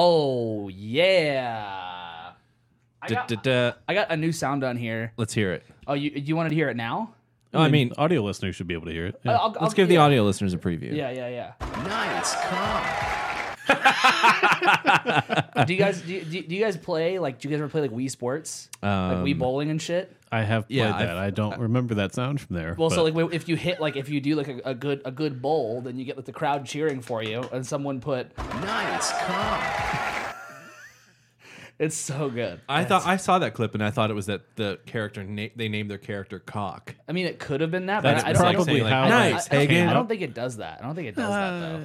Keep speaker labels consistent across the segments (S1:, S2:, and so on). S1: Oh yeah. I
S2: Da,
S1: got,
S2: da, da.
S1: I got a new sound on here.
S2: Let's hear it.
S1: Oh, you you wanted to hear it now?
S2: Oh, I mean,
S3: audio listeners should be able to hear it.
S1: I'll- I'll-
S2: let's give the
S1: yeah.
S2: audio listeners a preview.
S1: Yeah, yeah, yeah.
S4: Nice car.
S1: Do you guys do you, do you- do you guys play like do you guys ever play like Wii Sports, like Wii Bowling and shit?
S3: I have played
S2: Yeah, I've-
S3: that. I don't remember that sound from there.
S1: Well, so
S3: but-
S1: like wh- if you hit like if you do like a, a good a good bowl, then you get like the crowd cheering for you, and someone put
S4: Nice car.
S1: it's so good.
S2: I thought I saw that clip and I thought it was that the character na- they named their character cock.
S1: I mean, it could have been that,
S3: That's
S1: but I, I don't
S3: probably
S1: think,
S3: how
S1: I, don't-
S2: Nice, Uh.
S1: I, I, don't,
S2: Hagen.
S1: I don't think it does that. I don't think it does that though.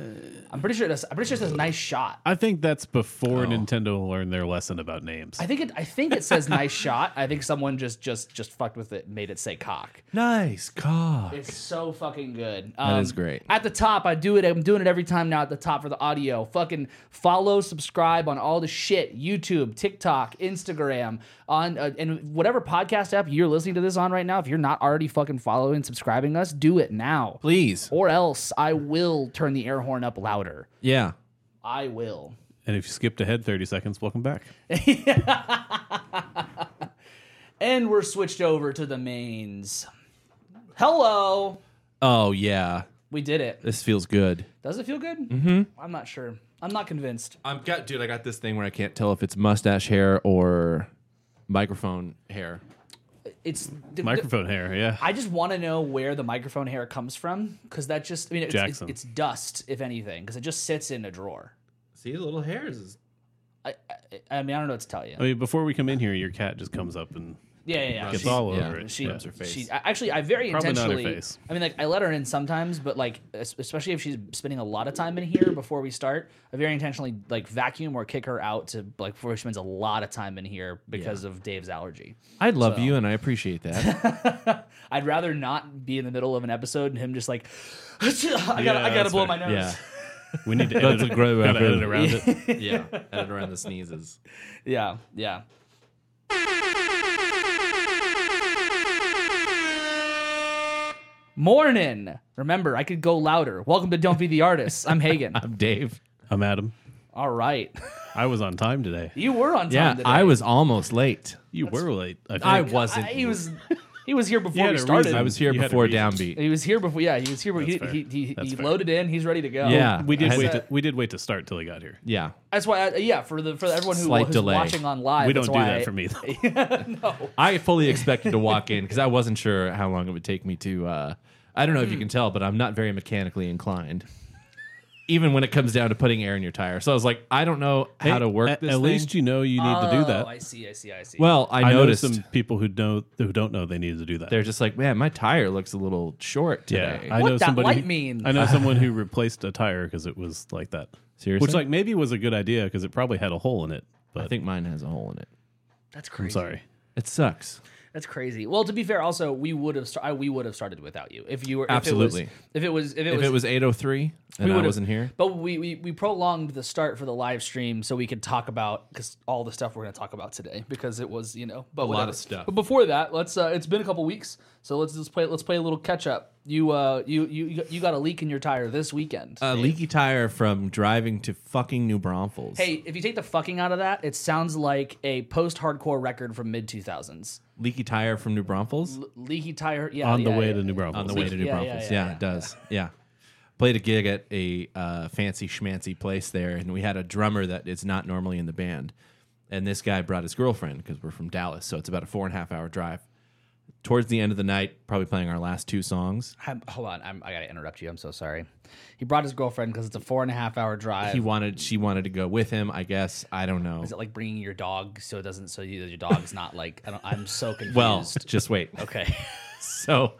S1: I'm pretty sure it does. I'm pretty sure it says nice shot.
S3: I think that's before Nintendo learned their lesson about names.
S1: I think it. I think it says nice shot. I think someone just just just fucked with it, made it say cock.
S2: Nice cock.
S1: It's so fucking good. Um,
S2: is great.
S1: At the top, I do it. I'm doing it every time now. At the top for the audio, fucking follow, subscribe on all the shit: YouTube, TikTok, Instagram, on uh, and whatever podcast app you're listening to this on right now. If you're not already fucking following, subscribing us, do it now,
S2: Please.
S1: or else I will turn the air horn up louder.
S2: Yeah.
S1: I will.
S3: and if you skipped ahead 30 seconds, welcome back.
S1: And we're switched over to the mains. Hello,
S2: Oh yeah.
S1: we did it.
S2: This feels good.
S1: Does it feel good? Mm-hmm. I'm not sure. I'm not convinced.
S2: I'm got dude. I got this thing where I can't tell if it's mustache hair or microphone hair.
S1: It's
S3: Microphone hair, yeah.
S1: I just want to know where the microphone hair comes from because that just, I mean, it's, it's,
S3: Jackson.
S1: it's dust, if anything, because it just sits in a drawer.
S2: See the little hairs. Is-
S1: I, I, I mean, I don't know what to tell you.
S3: I mean, before we come in here, your cat just comes up and
S1: Yeah, yeah, yeah.
S3: gets
S1: She-
S3: all
S2: yeah,
S3: over it.
S1: she,
S3: Yeah.
S1: she,
S2: her face.
S1: I- actually, I very
S3: Probably not her
S1: intentionally.
S3: face.
S1: I mean, like I let her in sometimes, but like es- especially if she's spending a lot of time in here before we start, I very intentionally like vacuum or kick her out to like before she spends a lot of time in here because of Dave's allergy.
S2: I love you and I appreciate that.
S1: I'd rather not be in the middle of an episode and him just like, I gotta, I gotta
S3: that's
S1: blow my
S3: fair.
S1: nose.
S2: yeah.
S3: we need to edit, it-
S2: great way
S3: gotta
S2: of doing
S3: edit
S2: it.
S3: around it.
S2: Yeah. Edit around the sneezes.
S1: Yeah, yeah. Morning. Remember, I could go louder. Welcome to Don't Be the Artist. I'm Hagen.
S2: I'm Dave.
S3: I'm Adam.
S1: All right.
S3: Uh, I was on time today.
S1: You were on time
S2: Yeah.
S1: today.
S2: I was almost late.
S3: You were late. I, think.
S2: I wasn't.
S1: I- he was he was here
S3: You
S1: before
S3: had
S1: we
S3: a
S1: started.
S3: reason.
S2: I was here
S3: You had a
S2: before
S3: reason.
S2: Downbeat.
S1: he was here before yeah, he was here before he,
S3: That's fair.
S1: he, he,
S3: That's
S1: he
S3: fair.
S1: loaded in, he's ready to go.
S2: Yeah.
S3: we did
S2: I-
S3: wait. To, we did wait to start till I got here.
S2: Yeah.
S1: That's why I, yeah, for the for everyone who,
S2: Slight
S1: who's
S2: delay.
S1: watching on live.
S3: We
S1: that's
S3: don't do
S1: why
S3: that
S1: I-
S3: for me though.
S2: I fully expected to walk in because I wasn't sure how long it would take me to. Uh, I don't know if you can tell, but I'm not very mechanically inclined. Even when it comes down to putting air in your tire, so I was like, I don't know how
S3: Hey,
S2: to work
S3: at,
S2: this.
S3: At
S2: thing.
S3: least you know you need to do
S1: Oh, I
S3: that.
S1: see, I see, I see.
S2: well, I,
S3: I noticed
S2: noticed,
S3: some people who don't who don't know they needed to do that.
S2: they're just like, man, my tire looks a little short
S3: Yeah,
S2: today.
S3: I
S1: What
S3: know
S1: that
S3: somebody.
S1: light
S3: who-
S1: mean?
S3: I know someone who replaced a tire because it was like that.
S2: Seriously?
S3: which like maybe was a good idea because it probably had a hole in it.
S2: I
S3: But
S2: think mine has a hole in it.
S1: that's crazy.
S3: I'm sorry.
S2: It sucks.
S1: That's crazy. Well, to be fair, also we would have sta- I- we would have started without you if you were if
S2: Absolutely.
S1: It was, if it was if it
S2: If
S1: was,
S2: it was 803 and I
S1: would've-
S2: wasn't here,
S1: But we, we we prolonged the start for the live stream so we could talk about because all the stuff we're gonna talk about today because it was you know but a
S2: lot of stuff.
S1: But before that, let's uh, it's been a couple weeks, so let's just play let's play a little catch up. You uh you you you got a leak in your tire this weekend.
S2: a leaky tire from driving to fucking New Braunfels.
S1: hey, if you take the fucking out of that, it sounds like a post hardcore record from mid two thousands.
S2: leaky tire from New Braunfels.
S1: Leaky tire, yeah.
S3: on the
S1: yeah,
S3: way
S1: yeah.
S3: to New Braunfels.
S2: on the way to New
S1: Yeah, yeah,
S2: Braunfels.
S1: yeah,
S2: Yeah,
S1: yeah.
S2: it does. Yeah. Played a gig at a uh, fancy schmancy place there, and we had a drummer that is not normally in the band. And this guy brought his girlfriend because we're from Dallas, so it's about a four and a half hour drive. Towards the end of the night, probably playing our last two songs,
S1: I'm, hold on, I'm, I gotta interrupt you. I'm so sorry. He brought his girlfriend because it's a four and a half hour drive.
S2: he wanted she wanted to go with him. I guess I don't know.
S1: Is it like bringing your dog so it doesn't so you, your dog's not like I don't, I'm so confused.
S2: Well, just wait.
S1: okay.
S2: so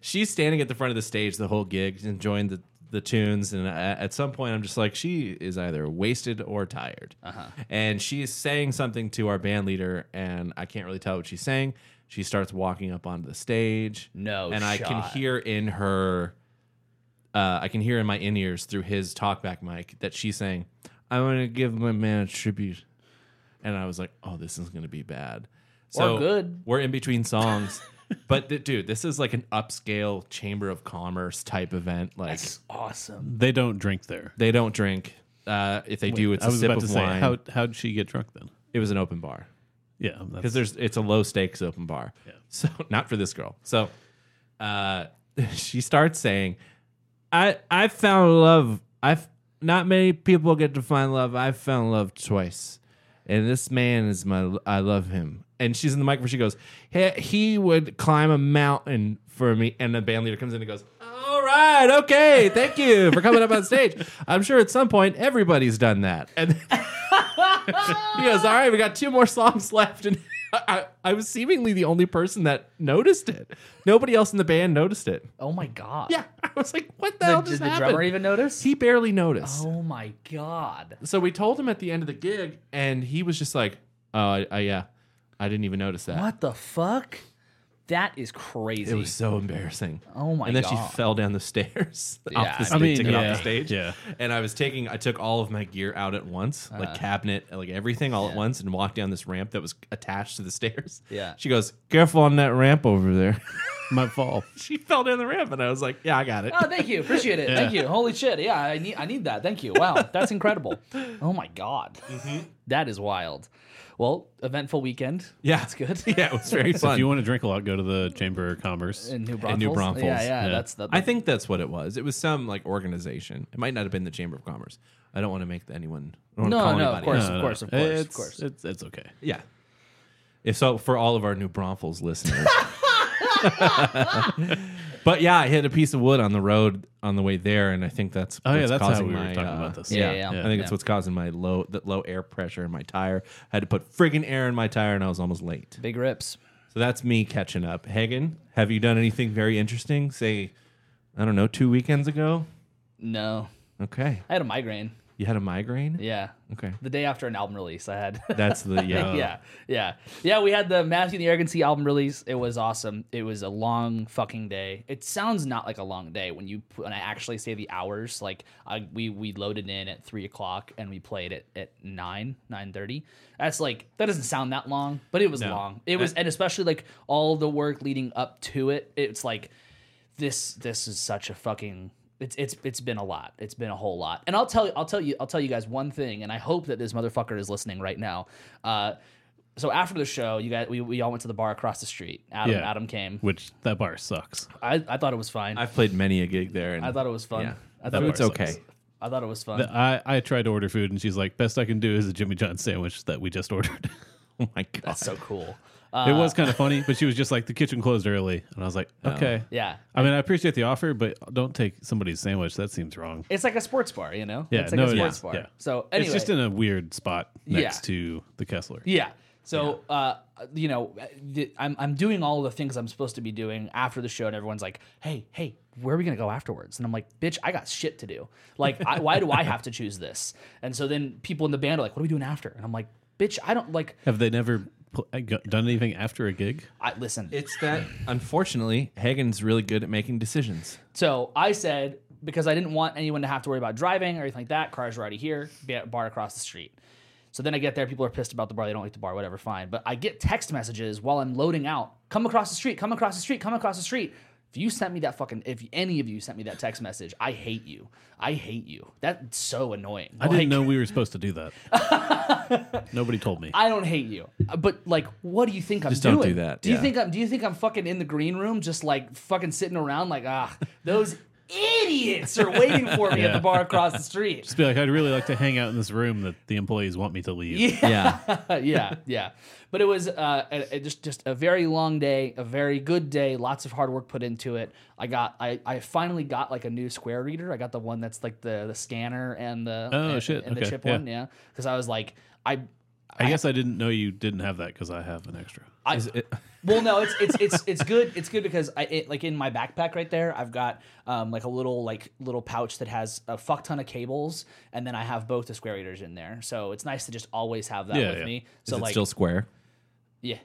S2: she's standing at the front of the stage the whole gig enjoying the the tunes and a- at some point i'm just like she is either wasted or tired
S1: Uh-huh.
S2: and she's saying something to our band leader and i can't really tell what she's saying she starts walking up onto the stage
S1: No
S2: and i can
S1: shot.
S2: hear in her uh, i can hear in my in-ears through his talkback mic that she's saying i want to give my man a tribute and i was like oh this is going to be bad so
S1: Or good.
S2: we're in between songs. but th- dude, this is like an upscale chamber of commerce type event. Like
S1: Awesome.
S3: They don't drink there.
S2: they don't drink. Uh, if they do, it's
S3: I
S2: a
S3: was
S2: sip
S3: about
S2: of
S3: to say,
S2: wine.
S3: how how'd she get drunk then?
S2: it was an open bar.
S3: Yeah,
S2: because there's it's a low stakes open bar. So not for this girl. So uh, she starts saying, "I I found love. I've not many people get to find love. I've found love twice, and this man is my. I love him." And she's in the microphone. She goes, he, "He would climb a mountain for me." And the band leader comes in and goes. All right, okay, thank you for coming up on stage. I'm sure at some point everybody's done that. And he goes, "All right, we got two more songs left," and I, I was seemingly the only person that noticed it. Nobody else in the band noticed it.
S1: Oh my god.
S2: Yeah, I was like, "What the,
S1: The-
S2: hell
S1: did
S2: just
S1: the
S2: happened?"
S1: drummer even notice?
S2: he barely noticed.
S1: Oh my god.
S2: So we told him at the end of the gig, and he was just like, "Oh, I, I, yeah, I didn't even notice that."
S1: What the fuck? That is crazy.
S2: It was so embarrassing.
S1: Oh my
S2: And then
S1: God.
S2: she fell down the stairs.
S1: I
S2: off the
S1: mean,
S2: stage, taken off
S3: yeah,
S2: the stage.
S3: yeah.
S2: And I was taking, I took all of my gear out at once,
S1: Uh.
S2: like cabinet, like everything, all at once, and walked down this ramp that was attached to the stairs.
S1: Yeah.
S2: She goes, "Careful on that ramp over there."
S3: my fall.
S2: she fell down the ramp, and I was like, "Yeah, I got it."
S1: Oh, thank you. Appreciate it. Thank you. Holy shit. Yeah, I need I need that. Thank you. Wow, that's incredible. Oh my god.
S2: Mm-hmm.
S1: That is wild. Well, eventful weekend.
S2: yeah,
S1: that's good.
S2: Yeah, it was very
S3: So
S2: fun.
S3: if you want to drink a lot, go to the Chamber of Commerce.
S1: In New Braunfels.
S2: In New Braunfels,
S1: Yeah, yeah.
S3: yeah.
S1: That's the.
S2: I think that's what it was. It was some like organization. It might not have been the Chamber of Commerce. I don't want to make anyone. I don't wanna
S1: No,
S2: call
S1: no, of
S2: anybody
S1: course.
S2: out.
S1: of course, of
S3: it's,
S1: course.
S3: It's, it's okay.
S2: Yeah. If so, for all of our new Braunfels listeners. but yeah, I hit a piece of wood on the road on the way there, and I think that's
S3: Oh yeah,
S2: what's
S3: that's how
S2: causing
S3: we were
S2: my,
S3: talking
S2: uh,
S3: about this.
S1: yeah,
S2: I
S1: yeah.
S2: think it's what's causing my low that low air pressure in my tire. I had to put friggin' air in my tire, and I was almost late.
S1: big rips.
S2: So that's me catching up. Hagen, have you done anything very interesting? Say, I don't know, two weekends ago.
S1: No,
S2: Okay,
S1: I had a migraine.
S2: you had a migraine.
S1: Yeah.
S2: Okay,
S1: The day after an album release, I had.
S2: that's the yeah.
S1: yeah, yeah, yeah. We had the Matthew and the Arrogancy album release. It was awesome. It was a long fucking day. It sounds not like a long day when you when I actually say the hours. Like I, we we loaded in at three o'clock and we played at at nine nine thirty. That's like that doesn't sound that long, but it was long. It was and especially like all the work leading up to it. It's like this this is such a fucking it's it's it's been a lot. It's been a whole lot. And I'll tell I'll tell you I'll tell you guys one thing, and I hope that this motherfucker is listening right now. Uh, so after the show, you guys we, we all went to the bar across the street. Adam
S3: Yeah.
S1: Adam came.
S3: Which that bar sucks.
S1: I, I thought it was fine. I,
S2: I've played many a gig there, and
S1: thought it was fun.
S2: yeah,
S1: I thought it
S2: food's
S1: was
S2: okay.
S1: I thought it was fun.
S3: The- I, I tried to order food and she's like, best I can do is a Jimmy John sandwich that we just ordered.
S2: Oh my god,
S1: That's so cool. Uh,
S3: it was kind of funny, but she was just like, the kitchen closed early. And I was like, okay.
S1: Oh, Yeah.
S3: I mean, I appreciate the offer, but don't take somebody's sandwich. That seems wrong.
S1: It's like a sports bar, you know?
S3: Yeah,
S1: it's like
S3: no,
S1: a
S3: it
S1: sports
S3: is.
S1: bar.
S3: Yeah.
S1: So anyway,
S3: It's just in a weird spot next
S1: Yeah.
S3: to the Kessler.
S1: Yeah. So, uh, you know, the, I'm, I'm doing all the things I'm supposed to be doing after the show, and everyone's like, hey, hey, where are we going to go afterwards? And I'm like, bitch, I got shit to do. Like, I, why do I have to choose this? And so then people in the band are like, what are we doing after? And I'm like, bitch, I don't like,
S3: Have they never pl- uh, go- done anything after a gig?
S1: I listen.
S2: It's that unfortunately, Hagen's really good at making decisions.
S1: So I said because I didn't want anyone to have to worry about driving or anything like that. Cars are already here. ba- Bar across the street. So then I get there. People are pissed about the bar. They don't like the bar. Whatever. Fine. But I get text messages while I'm loading out. Come across the street. Come across the street. Come across the street. If you sent me that fucking, if any of you sent me that text message, I hate you. I hate you. That's so annoying.
S3: I didn't know we were supposed to do that. Nobody told me.
S1: I don't hate you, uh, but like, what do you think I'm
S2: Just
S1: doing?
S2: don't do that,
S1: Do you
S2: yeah.
S1: think I'm? Do you think I'm fucking in the green room, just like fucking sitting around, like ah, those idiots are waiting for me at the bar across the street.
S3: Just be like, I'd really like to hang out in this room that the employees want me to leave.
S2: Yeah.
S1: yeah, yeah. But it was uh, a, a- just just a very long day, a very good day. Lots of hard work put into it. I got, I, I finally got like a new square reader. I got the one that's like the the scanner and the
S3: Oh,
S1: and,
S3: shit,
S1: and the
S3: okay,
S1: chip
S3: yeah.
S1: one, yeah. Because I was like, I
S3: I guess I didn't know you didn't have that because I have an extra.
S1: I, well, no, it's it's it's it's good. It's good because I it, like in my backpack right there, I've got um, like a little like little pouch that has a fuck ton of cables, and then I have both the square readers in there. So it's nice to just always have that
S3: Yeah,
S1: with
S3: yeah.
S1: me.
S2: Is
S1: So
S2: it
S1: like,
S2: still Mm-hmm. square?
S1: yeah,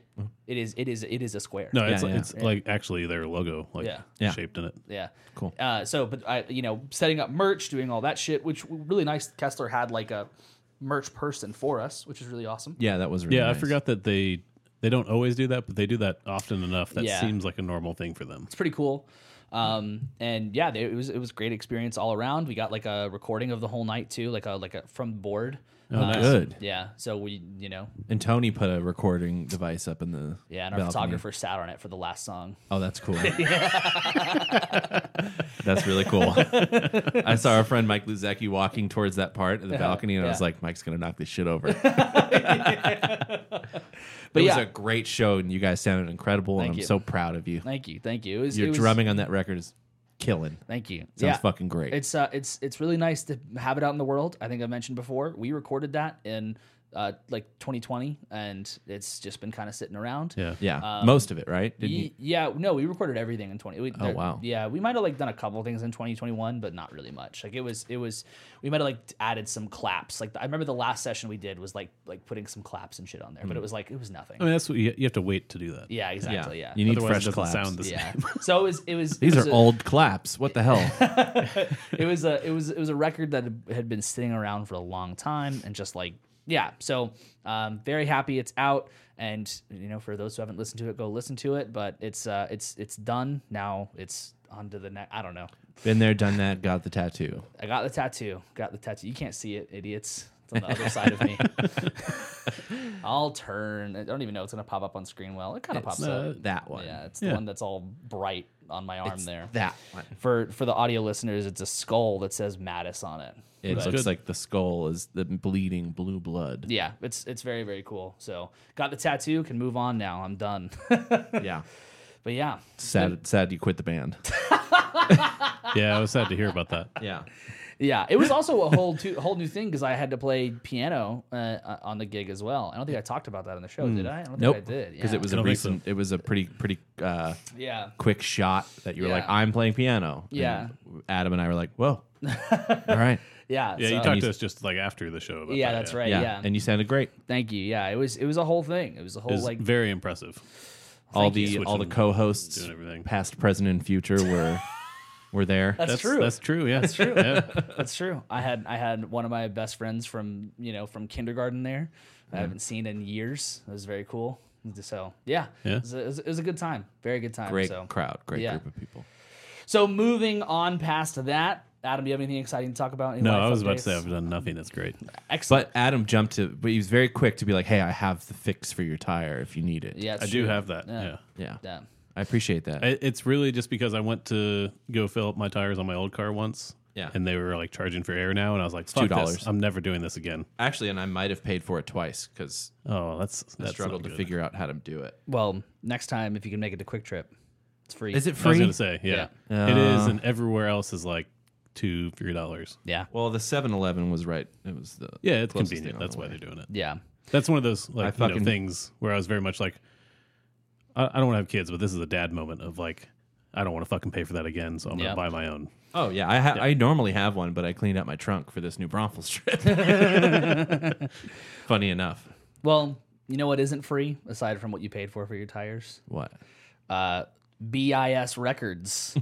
S1: it is it is it is a square.
S3: No, it's,
S2: yeah.
S3: it's like actually their logo, like
S1: Yeah.
S2: Yeah.
S3: shaped in it.
S1: Yeah.
S2: Cool.
S1: Uh, so, but I, you know, setting up merch, doing all that shit, which really nice. Kessler had like a merch person for us, which is really awesome.
S2: Yeah, that was really
S3: Yeah,
S2: nice.
S3: I forgot that they they don't always do that, but they do that often enough. That
S1: Yeah.
S3: seems like a normal thing for them.
S1: It's pretty cool. Um, and yeah, they, it was it was great experience all around. We got like a recording of the whole night too, like a like a from board. Oh,
S2: nice. Good.
S1: Yeah, so we you know
S2: And Tony put a recording device up in the
S1: yeah, and our
S2: balcony.
S1: photographer sat on it for the last song.
S2: Oh, that's cool. that's really cool. I saw our friend Mike Luzecki walking towards that part of the balcony, and I was
S1: Uh-huh. yeah.
S2: like, Mike's gonna knock this shit over.
S1: But
S2: it
S1: yeah,
S2: was a great show, and you guys sounded incredible,
S1: Thank
S2: and I'm
S1: you.
S2: so proud of you.
S1: thank you, thank you. It was,
S2: Your
S1: it was-
S2: drumming on that record is killing.
S1: Thank you.
S2: Sounds fucking great.
S1: It's uh, it's it's really nice to have it out in the world. I think I mentioned before we recorded that in uh, like 2020, and it's just been kind of sitting around.
S3: Yeah.
S2: yeah, most of it, right? Didn't you?
S1: Um, Ye- Yeah, no, we recorded everything in 20. We,
S2: Oh, wow.
S1: Yeah, we might have like done a couple things in 2021, but not really much. Like it was, it was, we might have like added some claps. Like I remember the last session we did was like like putting some claps and shit on there,
S2: Mm.
S1: but it was like it was nothing.
S3: I mean, that's what you, you have to wait to do that.
S1: yeah, exactly. Yeah.
S2: You need
S3: Otherwise,
S2: fresh
S3: it
S2: claps.
S3: doesn't sound the same.
S1: yeah. So it was. It was.
S2: These
S1: it was
S2: are
S1: a-
S2: old claps. What the hell?
S1: it was a it was it was a record that had been sitting around for a long time and just like yeah so um very happy it's out and you know for those who haven't listened to it go listen to it but it's uh it's it's done now it's on to the next i don't know
S2: Been there, done that. Got the tattoo.
S1: i got the tattoo got the tattoo you can't see it idiots it's on the other side of me i'll turn i don't even know it's gonna pop up on screen well it kind of pops
S3: uh,
S1: up
S2: That one.
S1: yeah it's the
S3: yeah.
S1: one that's all bright on my arm there
S2: That one.
S1: for for the audio listeners it's a skull that says mattis on it
S2: It
S3: That's
S2: looks
S3: good.
S2: like the skull is the bleeding blue blood.
S1: yeah, it's it's very very cool. So got the tattoo, can move on now. I'm done.
S2: Yeah.
S1: but yeah,
S2: Sad, sad you quit the band.
S3: Yeah, I was sad to hear about that.
S2: Yeah.
S1: yeah, it was also a whole two, whole new thing because I had to play piano uh, uh, on the gig as well. I don't think I talked about that on the show, did I? I don't
S2: Hmm. Nope.
S1: think I did.
S2: Because
S1: yeah.
S2: it was a
S3: don't think so.
S2: recent, it was a pretty, pretty uh,
S1: yeah.
S2: quick shot that you were like,
S1: Yeah.
S2: I'm playing piano. And
S1: Yeah.
S2: Adam and I were like, whoa. All right.
S1: Yeah,
S3: Yeah,
S1: so-
S3: you talked to us just like after the show. About
S1: yeah,
S3: that,
S1: that's right.
S2: Yeah.
S1: Yeah.
S2: And you sounded great.
S1: thank you. Yeah, it was it was a whole thing. It was a
S3: It
S1: whole
S3: was
S1: like
S3: very impressive.
S2: all
S1: Thank
S2: the
S1: you.
S2: all the
S3: Switching,
S2: co-hosts,
S3: doing everything.
S2: past, present, and future were were there.
S1: that's, true.
S3: That's true. Yeah, that's true.
S1: That's true. I had I had one of my best friends from you know from kindergarten there. I haven't seen in years. It was very cool. So yeah,
S3: Yeah.
S1: It, was a, it was- it was a good time. Very good time.
S2: great
S1: so.
S2: crowd, great
S1: yeah.
S2: group of people.
S1: So moving on past that, Adam, do you have anything exciting to talk about? Any
S3: No,
S1: life
S3: I was about to
S1: updates?
S3: say I've done nothing. That's great.
S1: Excellent.
S2: But Adam jumped to, but he was very quick to be like, "Hey, I have the fix for your tire if you need it."
S1: yeah, it's
S3: I do
S1: true.
S3: have that.
S1: Yeah.
S3: Yeah.
S2: yeah,
S1: Yeah.
S2: I appreciate that.
S3: I, it's really just because I went to go fill up my tires on my old car once.
S2: Yeah.
S3: And they were like charging for air now, and I was like, Fuck
S2: $2.
S3: this. I'm never doing this again.
S2: Actually, and I might have paid for it twice because
S3: Oh, that's
S2: I
S3: that's
S2: struggled to
S3: not good.
S2: figure out how to do it.
S1: Well, next time if you can make it to Quick Trip, it's free.
S2: Is it
S3: I was
S2: free?
S3: gonna say, yeah, it is, and everywhere else is like two, three dollars.
S1: Yeah.
S2: Well, the 7-Eleven was right. It was the
S3: Yeah, it's
S2: Closest thing
S3: convenient.
S2: on
S3: That's
S2: the
S3: why
S2: way.
S3: they're doing it.
S1: Yeah.
S3: That's one of those like you know,
S2: fucking-
S3: things where I was very much like, I, I don't want to have kids, but this is a dad moment of like, I don't want to fucking pay for that again, so I'm
S1: Yeah.
S3: gonna buy my own.
S2: Oh yeah, I ha- I normally have one, but I cleaned out my trunk for this new Bronfels trip. Funny enough,
S1: Well, you know what isn't free aside from what you paid for for your tires?
S2: what?
S1: Uh, BIS Records.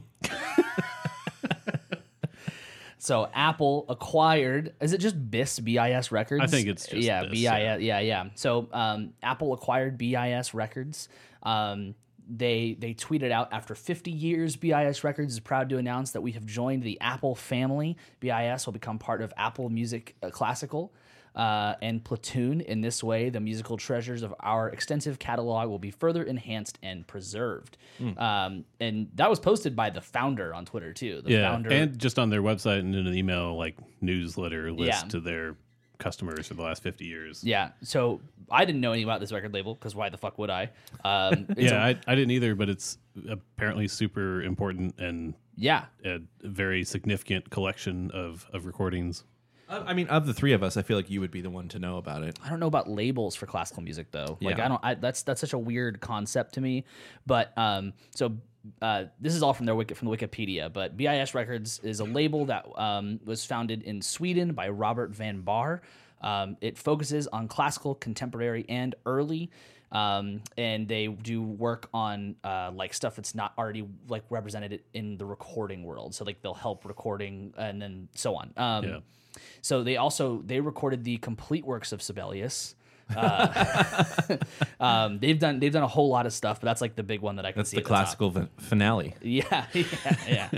S1: so Apple acquired. Is it just BIS BIS Records?
S3: I think it's just
S1: yeah
S3: BIS,
S1: BIS. Yeah, yeah, yeah. So um, Apple acquired BIS Records. Um, they they tweeted out after 50 years, BIS Records is proud to announce that we have joined the Apple family. BIS will become part of Apple Music uh, Classical. Uh, and platoon in this way the musical treasures of our extensive catalog will be further enhanced and preserved
S3: Hmm.
S1: um, and that was posted by the founder on twitter too the
S3: Yeah,
S1: founder
S3: and just on their website and in an email like newsletter list
S1: Yeah.
S3: to their customers for the last fifty years.
S1: yeah so i didn't know anything about this record label because why the fuck would i um, it's
S3: Yeah,
S1: a-
S3: I I, I didn't either, but it's apparently super important and
S1: yeah
S3: a very significant collection of of recordings.
S2: I I mean, of the three of us, I feel like you would be the one to know about it.
S1: I don't know about labels for classical music though. Like
S2: Yeah.
S1: I don't. I, that's that's such a weird concept to me. But um, so uh, this is all from their wiki, from the Wikipedia. But BIS Records is a label that um, was founded in Sweden by Robert Van Bar. Um, it focuses on classical, contemporary, and early. Um, and they do work on uh, like stuff that's not already like represented in the recording world. So like they'll help recording and then so on. Um,
S3: Yeah.
S1: so they also they recorded the complete works of Sibelius, Uh, um, they've done they've done a whole lot of stuff, but that's like the big one that I can
S2: That's
S1: see.
S2: the
S1: at top.
S2: classical fin- finale.
S1: Yeah, yeah, yeah.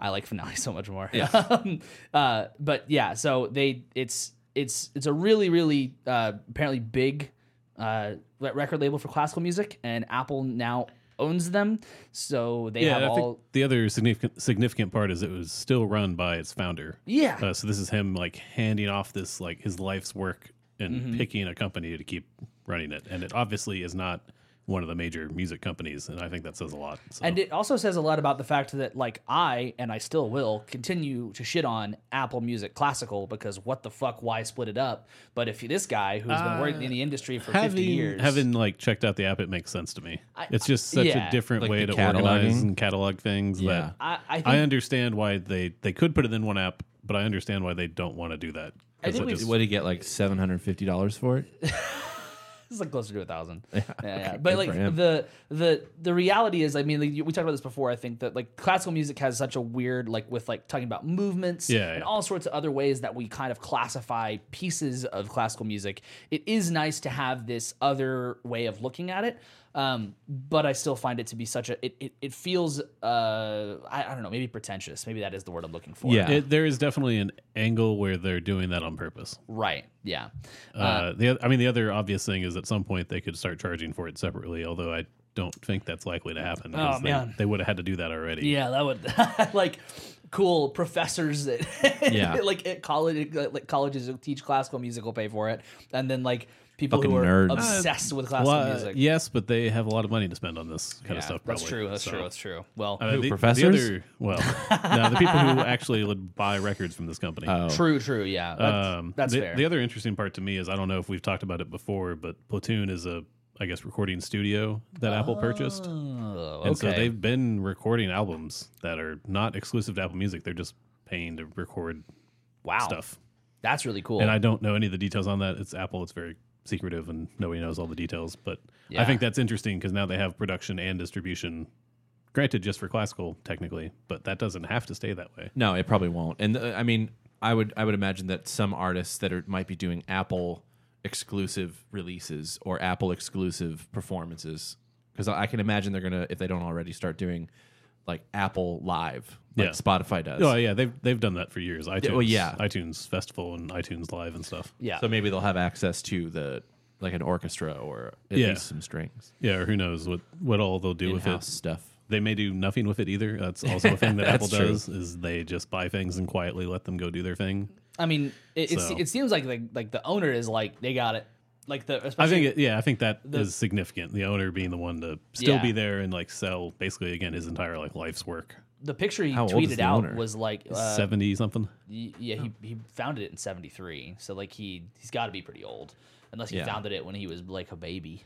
S1: I like finale so much more. Yeah. um, uh, but yeah, so they it's it's it's a really really uh, apparently big uh, re- record label for classical music, and Apple now owns them. So they
S3: Yeah,
S1: have
S3: I
S1: all
S3: think the other significant significant part is it was still run by its founder.
S1: Yeah.
S3: Uh, so this is him like handing off this like his life's work and
S1: Mm-hmm.
S3: picking a company to keep running it, and it obviously is not one of the major music companies, and I think that says a lot. So.
S1: And it also says a lot about the fact that, like, I and I still will continue to shit on Apple Music Classical because what the fuck? Why split it up? But if this guy who's been working in the industry for fifty years,
S3: Uh, having like checked out the app, it makes sense to me. it's just such
S1: yeah.
S3: a different
S2: Like
S3: way
S2: the
S3: to organize
S2: cataloging.
S3: and catalog things
S2: Yeah.
S3: that
S1: I, I think
S3: I understand why they they could put it in one app, but I understand why they don't want to do that. 'Cause
S1: think
S3: it
S1: we-
S3: just-
S2: What did he get? Like seven hundred fifty dollars for it?
S1: It's like closer to a thousand. Yeah, yeah. But
S2: good
S1: like
S2: for him.
S1: the the the reality is, I mean, like, you- we talked about this before. I think that like classical music has such a weird like with like talking about movements
S3: Yeah,
S1: and
S3: yeah.
S1: all sorts of other ways that we kind of classify pieces of classical music. It is nice to have this other way of looking at it. Um, but I still find it to be such a it it, it feels uh I, I don't know maybe pretentious maybe that is the word I'm looking for
S2: Yeah.
S3: It, there is definitely an angle where they're doing that on purpose.
S1: right yeah
S3: Uh, the oth- I mean, the other obvious thing is at some point they could start charging for it separately. Although I don't think that's likely to happen. because they,
S1: Oh, man.
S3: they would have had to do that already.
S1: Yeah, that would like cool professors that
S2: Yeah.
S1: like at college like colleges who teach classical music will pay for it, and then like people who
S2: Fucking
S1: are
S2: nerds.
S1: obsessed with
S3: Well,
S1: classical
S3: uh,
S1: music.
S3: yes, but they have a lot of money to spend on this kind
S1: Yeah,
S3: of stuff.
S1: that's
S3: probably.
S1: true. That's
S3: So,
S1: true. That's true. Well,
S3: uh, the, the
S2: professors?
S3: other- well, no, the people who actually would buy records from this company.
S1: true, true. Yeah, that's,
S3: Um,
S1: that's
S3: the,
S1: fair.
S3: The other interesting part to me is I don't know if we've talked about it before, but Platoon is a, I guess, recording studio that Apple purchased.
S1: Oh,
S3: And so
S1: okay.
S3: they've been recording albums that are not exclusive to Apple Music. They're just paying to record
S1: wow,
S3: stuff.
S1: that's really cool.
S3: And I don't know any of the details on that. It's Apple, it's very secretive and nobody knows all the details. But
S1: Yeah.
S3: I think that's interesting because now they have production and distribution. Granted, just for classical, technically, but that doesn't have to stay that way.
S2: No, it probably won't. And uh, I mean, I would I would imagine that some artists that are might be doing Apple exclusive releases or Apple exclusive performances because I I can imagine they're gonna if they don't already start doing like Apple Live, like
S3: Yeah.
S2: Spotify does.
S3: Oh yeah, they've they've done that for years. iTunes,
S2: well, yeah.
S3: iTunes Festival and iTunes Live and stuff.
S1: yeah,
S2: So maybe they'll have access to the like an orchestra or at
S3: Yeah.
S2: least some strings,
S3: Yeah, or who knows what what all they'll do with
S2: in-house
S3: it.
S2: stuff.
S3: They may do nothing with it either. That's also a thing that Apple
S2: That's true.
S3: does is they just buy things and quietly let them go do their thing.
S1: I mean, it, it,
S3: So-
S1: it seems like the, like the owner is like they got it. Like the
S3: I
S1: especially
S3: think it, yeah, I think that is significant. The owner being the one to still
S1: Yeah.
S3: be there and like sell basically again his entire like life's work.
S1: the picture he
S2: How old is
S1: tweeted
S2: the
S1: out
S2: owner?
S1: was like uh,
S3: Seventy something.
S1: Y- yeah
S3: Oh.
S1: he, he founded it in 73 so like he he's got to be pretty old unless he
S2: Yeah.
S1: founded it when he was like a baby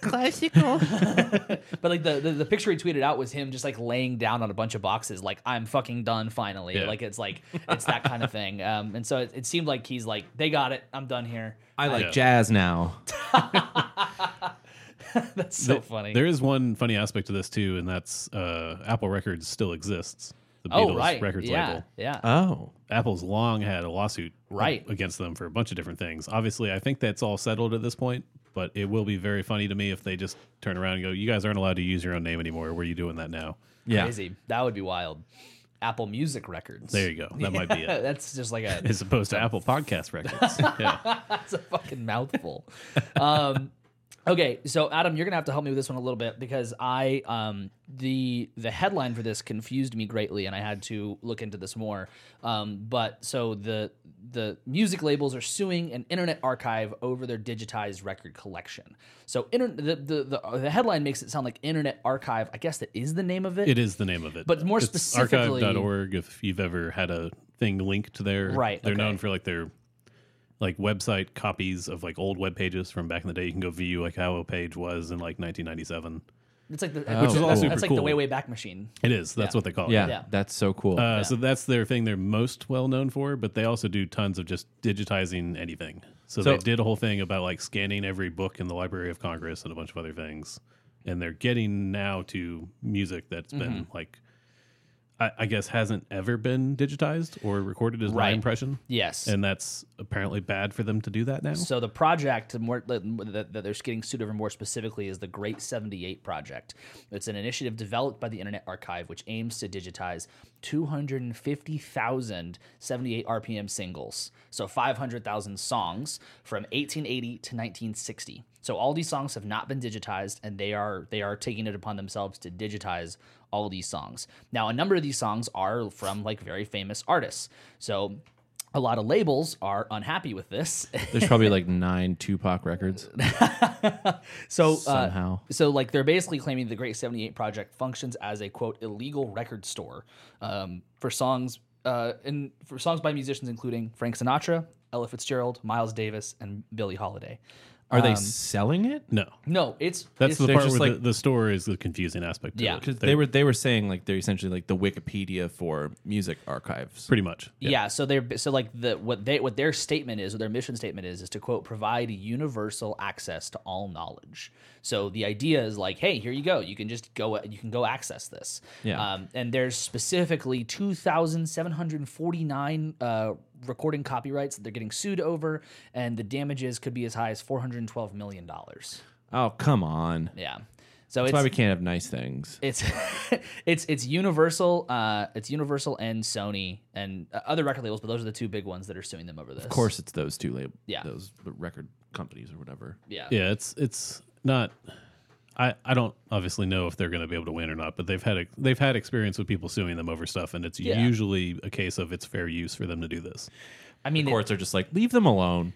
S1: classical but like the, the the picture he tweeted out was him just like laying down on a bunch of boxes like i'm fucking done finally
S3: Yeah.
S1: like it's like it's that kind of thing um and so it, it seemed like he's like they got it i'm done here
S2: I like
S3: Yeah.
S2: jazz now.
S1: that's so
S3: Th-
S1: funny
S3: There is one funny aspect to this too, and that's uh, Apple Records still exists. The Beatles
S1: oh right
S3: Records
S1: yeah
S3: label. Uh,
S1: yeah
S2: Oh,
S3: Apple's long had a lawsuit
S1: Right.
S3: against them for a bunch of different things. Obviously, I think that's all settled at this point, but it will be very funny to me if they just turn around and go, "You guys aren't allowed to use your own name anymore. Where are you doing that now?"
S2: yeah.
S1: crazy that would be wild apple music records
S3: There you go. That might be it.
S1: that's just like a
S3: As opposed to Apple Podcast Records. yeah.
S1: That's a fucking mouthful. um, okay, so Adam, you're gonna have to help me with this one a little bit because I um, the the headline for this confused me greatly, and I had to look into this more. Um, but so the the music labels are suing an internet archive over their digitized record collection. So inter- the, the the the headline makes it sound like Internet Archive. I guess that is the name of it.
S3: It is the name of it.
S1: But more
S3: It's
S1: specifically-
S3: archive.org if you've ever had a thing linked to their
S1: Right,
S3: They're
S1: okay.
S3: known for like their like website copies of like old web pages from back in the day. You can go view like how a page was in like 1997.
S1: It's like the
S2: Which is all
S1: that's,
S3: super
S1: that's like the
S3: cool.
S1: way way back machine.
S3: It is. That's what they call it.
S2: yeah,
S1: Yeah.
S2: that's so cool.
S3: Uh, So that's their thing they're most well known for, but they also do tons of just digitizing anything. So,
S2: So-
S3: they did a whole thing about like scanning every book in the Library of Congress and a bunch of other things. And they're getting now to music that's been like, I, I guess hasn't ever been digitized or recorded is
S1: Right.
S3: my impression.
S1: Yes.
S3: And that's apparently bad for them to do that now.
S1: So the project more, that, that they're getting sued over more specifically is the Great 78 Project. It's an initiative developed by the Internet Archive, which aims to digitize 250,000 78 RPM singles, so 500,000 songs from 1880 to 1960. So all these songs have not been digitized, and they are they are taking it upon themselves to digitize all these songs. Now, a number of these songs are from like very famous artists. So. A lot of labels are unhappy with this
S2: There's probably like nine Tupac records.
S1: So uh,
S2: Somehow.
S1: so like they're basically claiming the Great Seventy Eight Project functions as a quote illegal record store um, for songs uh, and for songs by musicians including Frank Sinatra, Ella Fitzgerald, Miles Davis, and Billie Holiday.
S2: Are they selling it?
S3: no.
S1: No, it's
S3: That's
S1: it's-
S3: the
S2: they're
S3: part
S2: just
S3: where the,
S2: like-
S3: the store is the confusing aspect. to
S1: Yeah.
S3: it.
S2: Because they were they were saying like they're essentially like the Wikipedia for music archives.
S3: pretty much.
S1: Yeah. so they're so like the what they what their statement is, what their mission statement is, is to quote provide universal access to all knowledge. So the idea is like, hey, here you go, you can just go, you can go access this.
S2: Yeah.
S1: Um, and there's specifically two thousand seven hundred forty nine uh, recording copyrights that they're getting sued over, and the damages could be as high as four hundred twelve million dollars.
S2: Oh come on!
S1: Yeah. So
S2: That's
S1: it's
S2: why we can't have nice things.
S1: it's it's it's Universal, uh, it's Universal and Sony and uh, other record labels, but those are the two big ones that are suing them over this.
S2: Of course, it's those two labels.
S1: Yeah.
S2: those record companies or whatever.
S1: yeah,
S3: Yeah, it's it's not. I, I don't obviously know if they're going to be able to win or not, but they've had they've had experience with people suing them over stuff, and it's
S1: Yeah.
S3: usually a case of it's fair use for them to do this.
S1: I mean, it-
S2: Courts are just like leave them alone.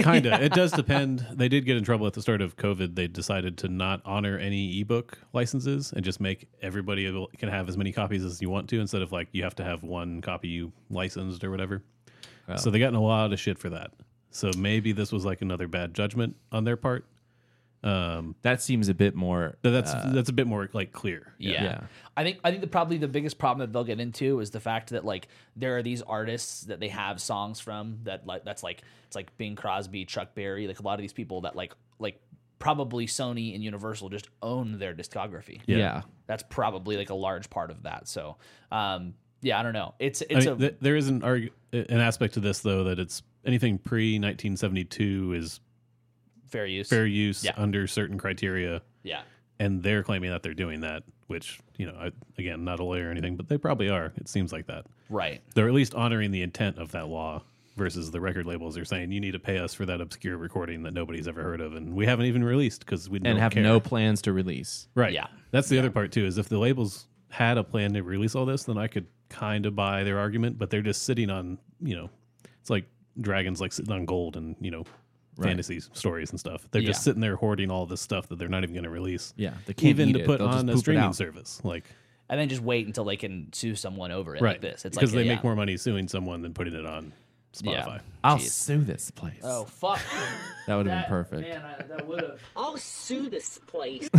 S3: Kind of, it does depend. They did get in trouble at the start of COVID. They decided to not honor any ebook licenses and just make everybody able, can have as many copies as you want to, instead of like you have to have one copy you licensed or whatever. So they got in a lot of shit for that. So maybe this was like another bad judgment on their part. Um,
S2: That seems a bit more. uh,
S3: But that's that's a bit more like clear.
S1: yeah.
S2: Yeah.
S1: I think I think the, probably the biggest problem that they'll get into is the fact that like there are these artists that they have songs from that like that's like it's like Bing Crosby, Chuck Berry, like a lot of these people that like like probably Sony and Universal just own their discography.
S2: Yeah.
S1: That's probably like a large part of that. So, um, yeah, I don't know. It's it's
S3: I mean,
S1: a
S3: th- there is an arg- an aspect to this though that it's anything pre 1972 is
S1: fair use.
S3: fair use
S1: Yeah.
S3: under certain criteria,
S1: yeah.
S3: and they're claiming that they're doing that. Which you know, I, again, not a lawyer or anything, but they probably are. It seems like that
S1: Right.
S3: they're at least honoring the intent of that law versus the record labels are saying you need to pay us for that obscure recording that nobody's ever heard of and we haven't even released because we
S2: and
S3: don't
S2: have
S3: care.
S2: no plans to release.
S3: Right.
S1: Yeah.
S3: That's the other part too. Is if the labels had a plan to release all this, then I could kind of buy their argument. But they're just sitting on, you know, it's like dragons like sitting on gold and you know, fantasy stories and stuff. They're
S1: Yeah.
S3: just sitting there hoarding all this stuff that they're not even going to release.
S2: Yeah, they can't
S3: Even
S2: eat
S3: to
S2: it.
S3: put
S2: They'll just
S3: on
S2: poop
S3: a
S2: it
S3: streaming
S2: out.
S3: service, like
S1: And then just wait until they can sue someone over it like this. It's
S3: because
S1: like
S3: they
S1: yeah.
S3: make more money suing someone than putting it on Spotify.
S2: I'll
S1: Jeez.
S2: sue this place.
S1: Oh fuck.
S2: that would have
S1: That-
S2: been perfect.
S1: Man, I, that would have.
S5: I'll sue this place.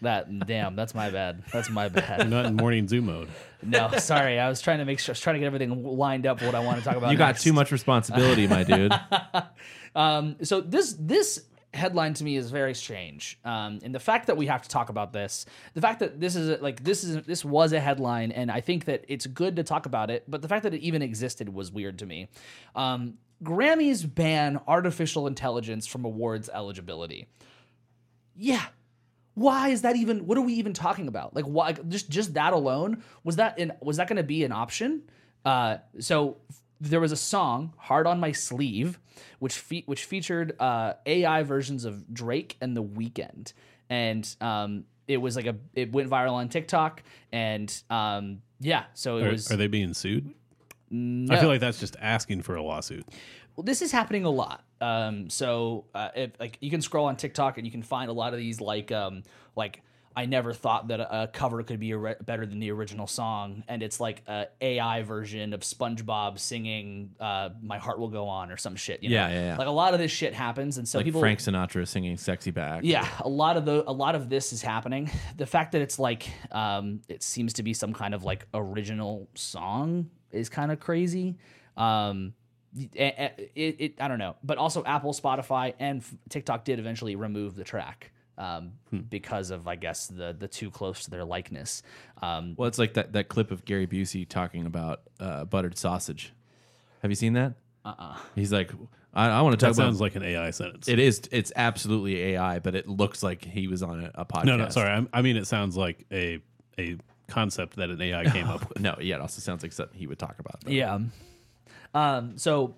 S1: That damn, that's my bad. That's my bad.
S3: Not in morning zoo mode.
S1: No, sorry. I was trying to make sure. I was trying to get everything lined up. What I want to talk about.
S2: You got
S1: next.
S2: too much responsibility, my dude.
S1: Um, So this this headline to me is very strange. Um, and the fact that we have to talk about this, the fact that this is a, like this is this was a headline, and I think that it's good to talk about it. But the fact that it even existed was weird to me. Um, Grammys ban artificial intelligence from awards eligibility. Yeah. Why is that even? What are we even talking about? Like, why? Just just that alone was that in was that going to be an option? Uh, so f- there was a song "Hard on My Sleeve," which fe- which featured uh, AI versions of Drake and The Weeknd, and um, it was like a it went viral on TikTok, and um, yeah, so it
S3: Are,
S1: was.
S3: are they being sued? I feel like that's just asking for a lawsuit.
S1: Well, this is happening a lot. Um, so uh, if, like you can scroll on TikTok and you can find a lot of these like um, like I never thought that a, a cover could be a re- better than the original song, and it's like a AI version of SpongeBob singing uh, "My Heart Will Go On" or some shit. You know?
S2: Yeah, yeah, yeah.
S1: Like a lot of this shit happens, and so
S2: like
S1: people
S2: Frank Sinatra singing "Sexy Back."
S1: yeah, a lot of the a lot of this is happening. The fact that it's like um, it seems to be some kind of like original song is kind of crazy. Um, y- a- a- it, it I don't know, but also Apple, Spotify, and F- TikTok did eventually remove the track. um, because of I guess the the too close to their likeness. Um,
S2: Well, it's like that, that clip of Gary Busey talking about uh, buttered sausage. Have you seen that? Uh uh He's like, I, I want to
S3: Uh-uh. That
S2: talk about.
S3: sounds like an AI sentence.
S2: it is. It's absolutely AI, but it looks like he was on a, a podcast.
S3: no, no, sorry. I'm, I mean, it sounds like a a concept that an AI came up with.
S2: No, yeah, it also sounds like something he would talk about. though.
S1: yeah. Um, so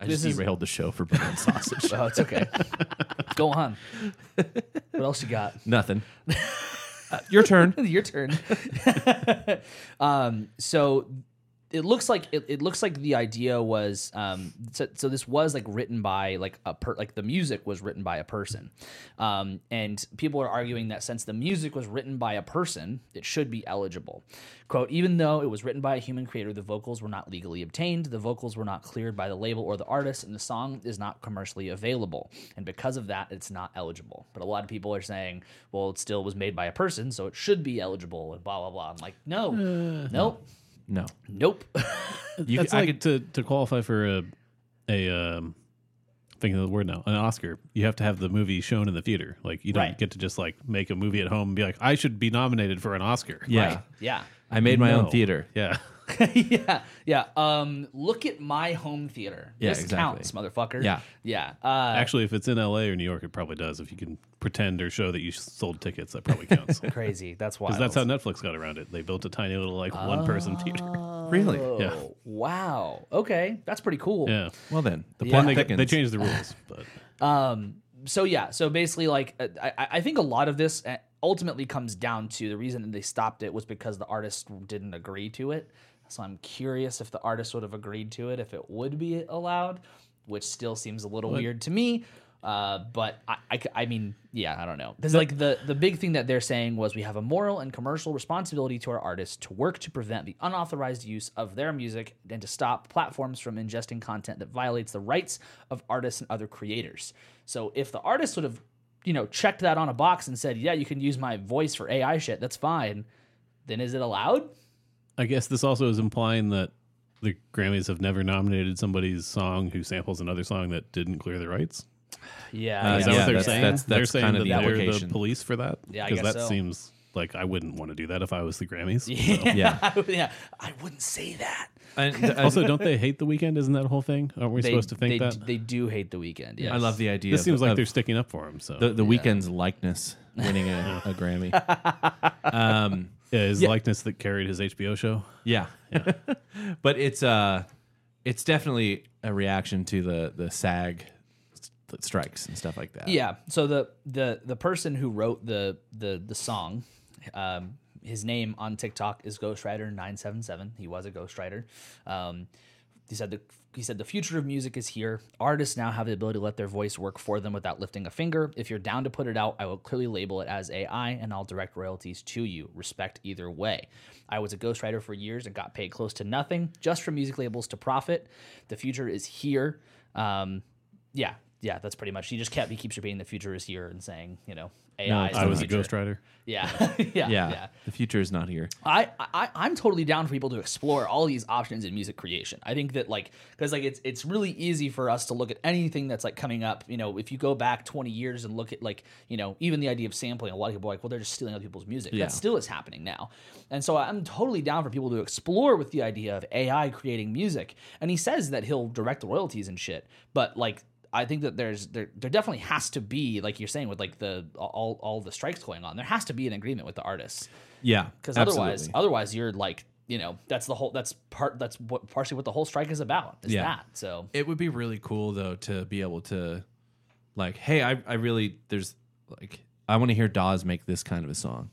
S2: I just
S1: This is-
S2: derailed the show for buttered sausage.
S1: oh, it's okay. Go on. What else you got?
S2: Nothing. Uh, your turn.
S1: Your turn. um, so it looks like it, it looks like the idea was um, so, so this was like written by like a per like the music was written by a person um, and people are arguing that since the music was written by a person it should be eligible quote even though it was written by a human creator the vocals were not legally obtained the vocals were not cleared by the label or the artist and the song is not commercially available and because of that it's not eligible but a lot of people are saying well it still was made by a person so it should be eligible and blah blah blah i'm like no nope
S2: No.
S1: nope
S2: You,
S3: That's
S2: I
S3: like
S2: could-
S3: to to qualify for a a um, thinking of the word now an Oscar. You have to have the movie shown in the theater. Like you don't
S1: Right.
S3: get to just like make a movie at home and be like, I should be nominated for an Oscar.
S2: yeah.
S1: Right. yeah
S2: I made my
S3: No.
S2: own theater.
S3: yeah.
S1: yeah, yeah. Um, look at my home theater.
S2: Yeah,
S1: this
S2: exactly.
S1: counts, motherfucker.
S2: Yeah.
S1: yeah. Uh,
S3: Actually, if it's in L.A. or New York, it probably does. If you can pretend or show that you sold tickets, that probably counts. Because
S1: crazy. That's why.
S3: that's how Netflix got around it. They built a tiny little like one person theater.
S2: Really?
S3: Oh. yeah.
S1: Oh, Wow. Okay, that's pretty cool.
S3: Yeah.
S2: Well, then the
S1: Yeah.
S2: plot
S3: They,
S2: thickens.
S3: they changed the rules, but
S1: Um. So yeah. So basically, like, uh, I I- I think a lot of this uh, ultimately comes down to the reason that they stopped it was because the artist didn't agree to it. So I'm curious if the artist would have agreed to it if it would be allowed, which still seems a little weird to me. Uh, but I, I, c- I mean, yeah, I don't know. Because like the the big thing that they're saying was we have a moral and commercial responsibility to our artists to work to prevent the unauthorized use of their music and to stop platforms from ingesting content that violates the rights of artists and other creators. So if the artist would have, you know, checked that on a box and said, yeah, you can use my voice for AI shit, that's fine. Then is it allowed?
S3: I guess this also is implying that the Grammys have never nominated somebody's song who samples another song that didn't clear the rights.
S1: Yeah,
S2: Uh,
S3: Is
S1: yeah.
S3: that
S2: yeah,
S3: what they're
S2: that's-
S3: saying?
S2: that's-
S3: they're
S2: that's
S3: saying
S2: kind of
S3: that
S2: the
S3: they're the
S2: application.
S3: police for that.
S1: Yeah, I
S3: because
S1: guess
S3: that
S1: so.
S3: seems like I wouldn't want to do that if I was the Grammys.
S2: yeah.
S1: yeah. I wouldn't say that.
S2: And, and
S3: also, don't they hate the weekend? Isn't that a whole thing? Aren't we supposed to think
S1: they,
S3: that?
S1: they do hate the weekend. Yeah,
S2: I love the idea.
S3: this
S2: of-
S3: seems like
S2: of
S3: they're sticking up for him. So
S2: the, the weekend's likeness winning a, a Grammy. Um,
S3: yeah, his likeness that carried his HBO show.
S2: yeah. but it's uh, it's definitely a reaction to the the SAG st- strikes and stuff like that.
S1: Yeah. So the the the person who wrote the the the song, um, his name on TikTok is Ghostwriter nine seven seven. He was a ghostwriter. Um, he said the he said the future of music is here. Artists now have the ability to let their voice work for them without lifting a finger. If you're down to put it out, I will clearly label it as AI and I'll direct royalties to you. Respect either way. I was a ghostwriter for years and got paid close to nothing just for music labels to profit. The future is here. Um, yeah, yeah, that's pretty much. He just kept he keeps repeating the future is here and saying, you know, AI. is
S3: I
S1: the
S3: was a
S1: future."
S3: ghostwriter.
S1: Yeah, yeah,
S2: Yeah.
S1: yeah.
S2: The future is not here.
S1: I, I I'm totally down for people to explore all these options in music creation. I think that like because like it's it's really easy for us to look at anything that's like coming up. You know, if you go back 20 years and look at like you know even the idea of sampling, a lot of people are like, well, they're just stealing other people's music.
S2: Yeah.
S1: That still is happening now, and so I'm totally down for people to explore with the idea of AI creating music. And he says that he'll direct royalties and shit, but like. I think that there's there there definitely has to be like you're saying with like the all all the strikes going on there has to be an agreement with the artists
S2: Yeah.
S1: because otherwise uh, otherwise you're like you know that's the whole that's part that's what partially what the whole strike is about is
S2: Yeah.
S1: that so
S2: it would be really cool though to be able to like hey i, I really there's like i want to hear dawes make this kind of a song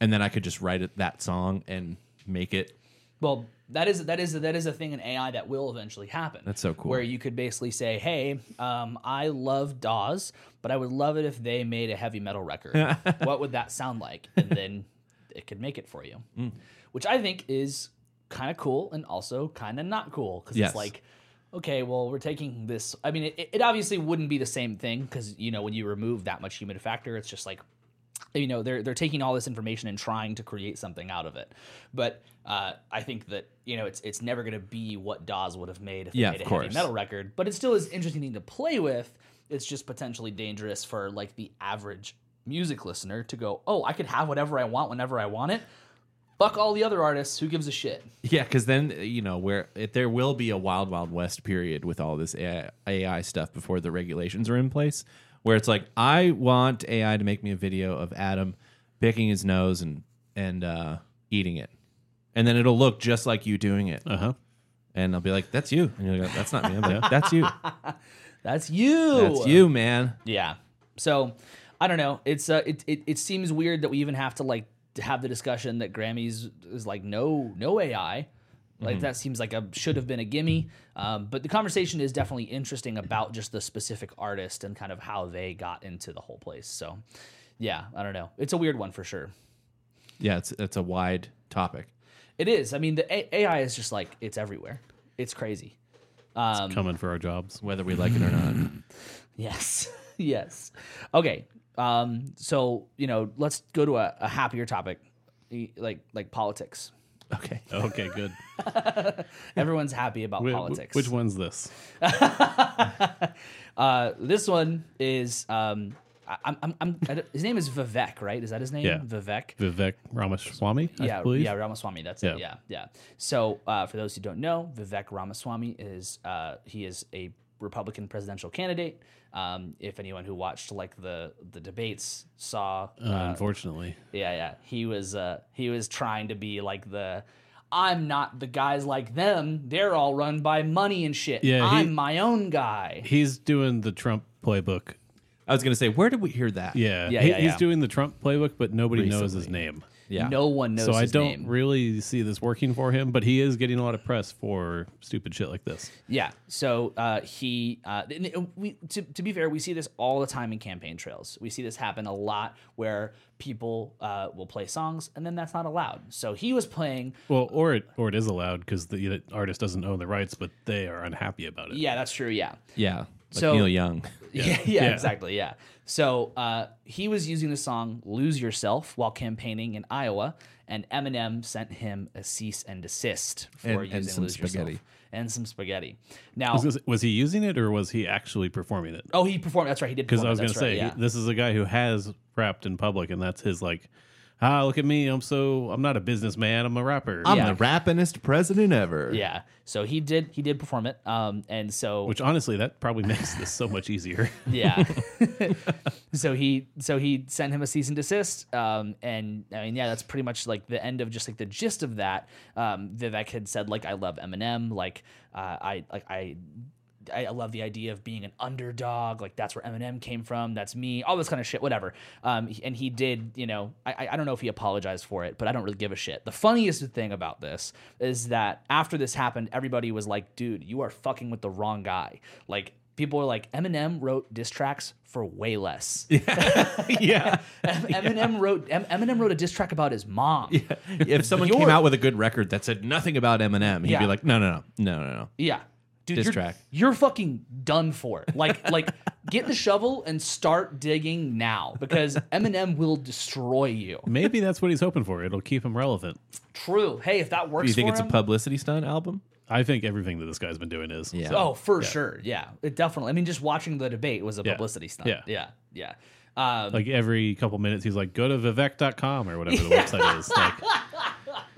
S2: and then i could just write it, that song and make it
S1: well that is that is that is a thing in ai that will eventually happen
S2: That's so cool.
S1: where you could basically say hey um, i love daws but i would love it if they made a heavy metal record what would that sound like and then it could make it for you
S2: Mm.
S1: which i think is kind of cool and also kind of not cool because
S2: Yes.
S1: it's like okay, well, we're taking this. I mean, it, it obviously wouldn't be the same thing because you know when you remove that much human factor, it's just like you know they're they're taking all this information and trying to create something out of it. But uh, I think that you know it's it's never going to be what Dawes would have made if they
S2: Yeah,
S1: made
S2: of
S1: a heavy
S2: course.
S1: metal record. But it still is interesting thing to play with. It's just potentially dangerous for like the average music listener to go, oh, I could have whatever I want whenever I want it. Fuck all the other artists. Who gives a shit?
S2: Yeah, because then you know where it, there will be a wild, wild west period with all this AI, AI stuff before the regulations are in place, where it's like I want AI to make me a video of Adam picking his nose and and uh, eating it, and then it'll look just like you doing it,
S3: Uh huh.
S2: and I'll be like, "That's you," and you're like, "That's not me." I'm like, "That's you.
S1: That's you.
S2: That's you, man."
S1: Yeah. So I don't know. It's uh, it, it it seems weird that we even have to like to have the discussion that Grammys is like no no AI. Like that seems like a should have been a gimme. Um, but the conversation is definitely interesting about just the specific artist and kind of how they got into the whole place. So yeah, I don't know. It's a weird one for sure.
S2: Yeah, it's it's a wide topic.
S1: It is. I mean, the a- AI is just like it's everywhere. It's crazy. Um,
S3: Coming for our jobs.
S2: Whether we like it or not,
S1: Yes. yes. Okay. Um, so you know, let's go to a, a happier topic, e- like like politics.
S2: okay.
S3: Okay, good.
S1: Everyone's happy about
S3: Wh- wh-
S1: politics.
S3: Which one's this?
S1: Uh, this one is um, I, I'm, I'm, I'm, I don't- his name is Vivek, right? Is that his name?
S3: Yeah.
S1: Vivek.
S3: Vivek Ramaswamy, I
S1: yeah,
S3: believe.
S1: yeah, Ramaswamy. That's it. Yeah,
S3: Yeah.
S1: yeah. So uh, for those who don't know, Vivek Ramaswamy is uh, he is a Republican presidential candidate. Um, if anyone who watched like the the debates saw,
S3: Uh, unfortunately,
S1: yeah, yeah, he was uh, he was trying to be like the. I'm not the guys like them. They're all run by money and shit.
S3: Yeah, he-
S1: I'm my own guy.
S3: he's doing the Trump playbook.
S2: I was gonna say, where did we hear that?
S3: Yeah,
S1: Yeah,
S3: he-
S1: yeah,
S3: he's
S1: yeah.
S3: doing the Trump playbook, but nobody knows his name.
S2: yeah.
S1: No one knows.
S3: so I
S1: his
S3: don't
S1: name.
S3: really see this working for him, but he is getting a lot of press for stupid shit like this.
S1: Yeah. So uh, he, uh, and it- we, to, to be fair, we see this all the time in campaign trails. We see this happen a lot where people uh, will play songs and then that's not allowed. So he was playing.
S3: Well, or it or it is allowed because the, the artist doesn't own the rights, but they are unhappy about it.
S1: Yeah, that's true. Yeah.
S2: yeah. Like
S1: So-
S2: Neil Young.
S1: Yeah. Yeah,
S3: Yeah.
S1: exactly. Yeah. So uh, he was using the song Lose Yourself while campaigning in Iowa, and Eminem sent him a cease and desist for
S2: And- and
S1: using
S2: some
S1: Lose Yourself.
S2: spaghetti.
S1: And some spaghetti. Now,
S3: Was, this- was he using it or was he actually performing it?
S1: oh, he performed. That's right. He did
S3: Because
S1: perform it,
S3: I was going
S1: that's
S3: to say
S1: right,
S3: he-
S1: yeah.
S3: this is a guy who has rapped in public, and that's his like, ah, look at me, I'm so I'm not a businessman, I'm a rapper,
S2: I'm
S1: Yeah.
S2: the rappinest president ever.
S1: Yeah. So he did he did perform it. Um and so
S3: which honestly that probably makes this so much easier.
S1: yeah. so he so he sent him a cease and desist. Um and I mean yeah, that's pretty much like the end of just like the gist of that. Um Vivek had said like I love Eminem, like uh, I like I I I love the idea of being an underdog. Like that's where Eminem came from. That's me. All this kind of shit. Whatever. Um, he- and he did. You know, I I- I don't know if he apologized for it, but I don't really give a shit. The funniest thing about this is that after this happened, everybody was like, "Dude, you are fucking with the wrong guy." Like. People were like, Eminem wrote diss tracks for way less.
S2: yeah.
S1: Em- Eminem wrote Em- Eminem wrote a diss track about his mom.
S2: if someone
S1: You're-
S2: came out with a good record that said nothing about Eminem, he'd
S1: Yeah.
S2: be like, no, no, no, no, no, no.
S1: Yeah. Dude,
S2: Diss
S1: you're,
S2: track.
S1: you're fucking done for. Like, like, get the shovel and start digging now because Eminem will destroy you.
S3: Maybe that's what he's hoping for. It'll keep him relevant.
S1: True. Hey, if that works,
S2: You think
S1: for
S2: it's a
S1: him-
S2: publicity stunt album?
S3: I think everything that this guy's been doing is.
S2: Yeah.
S1: Oh, for sure. Yeah, it definitely. I mean, just watching the debate was a publicity stunt.
S3: Yeah.
S1: yeah, yeah. Um,
S3: Like every couple minutes, he's like, "Go to Vivek.com or whatever the website is." Like,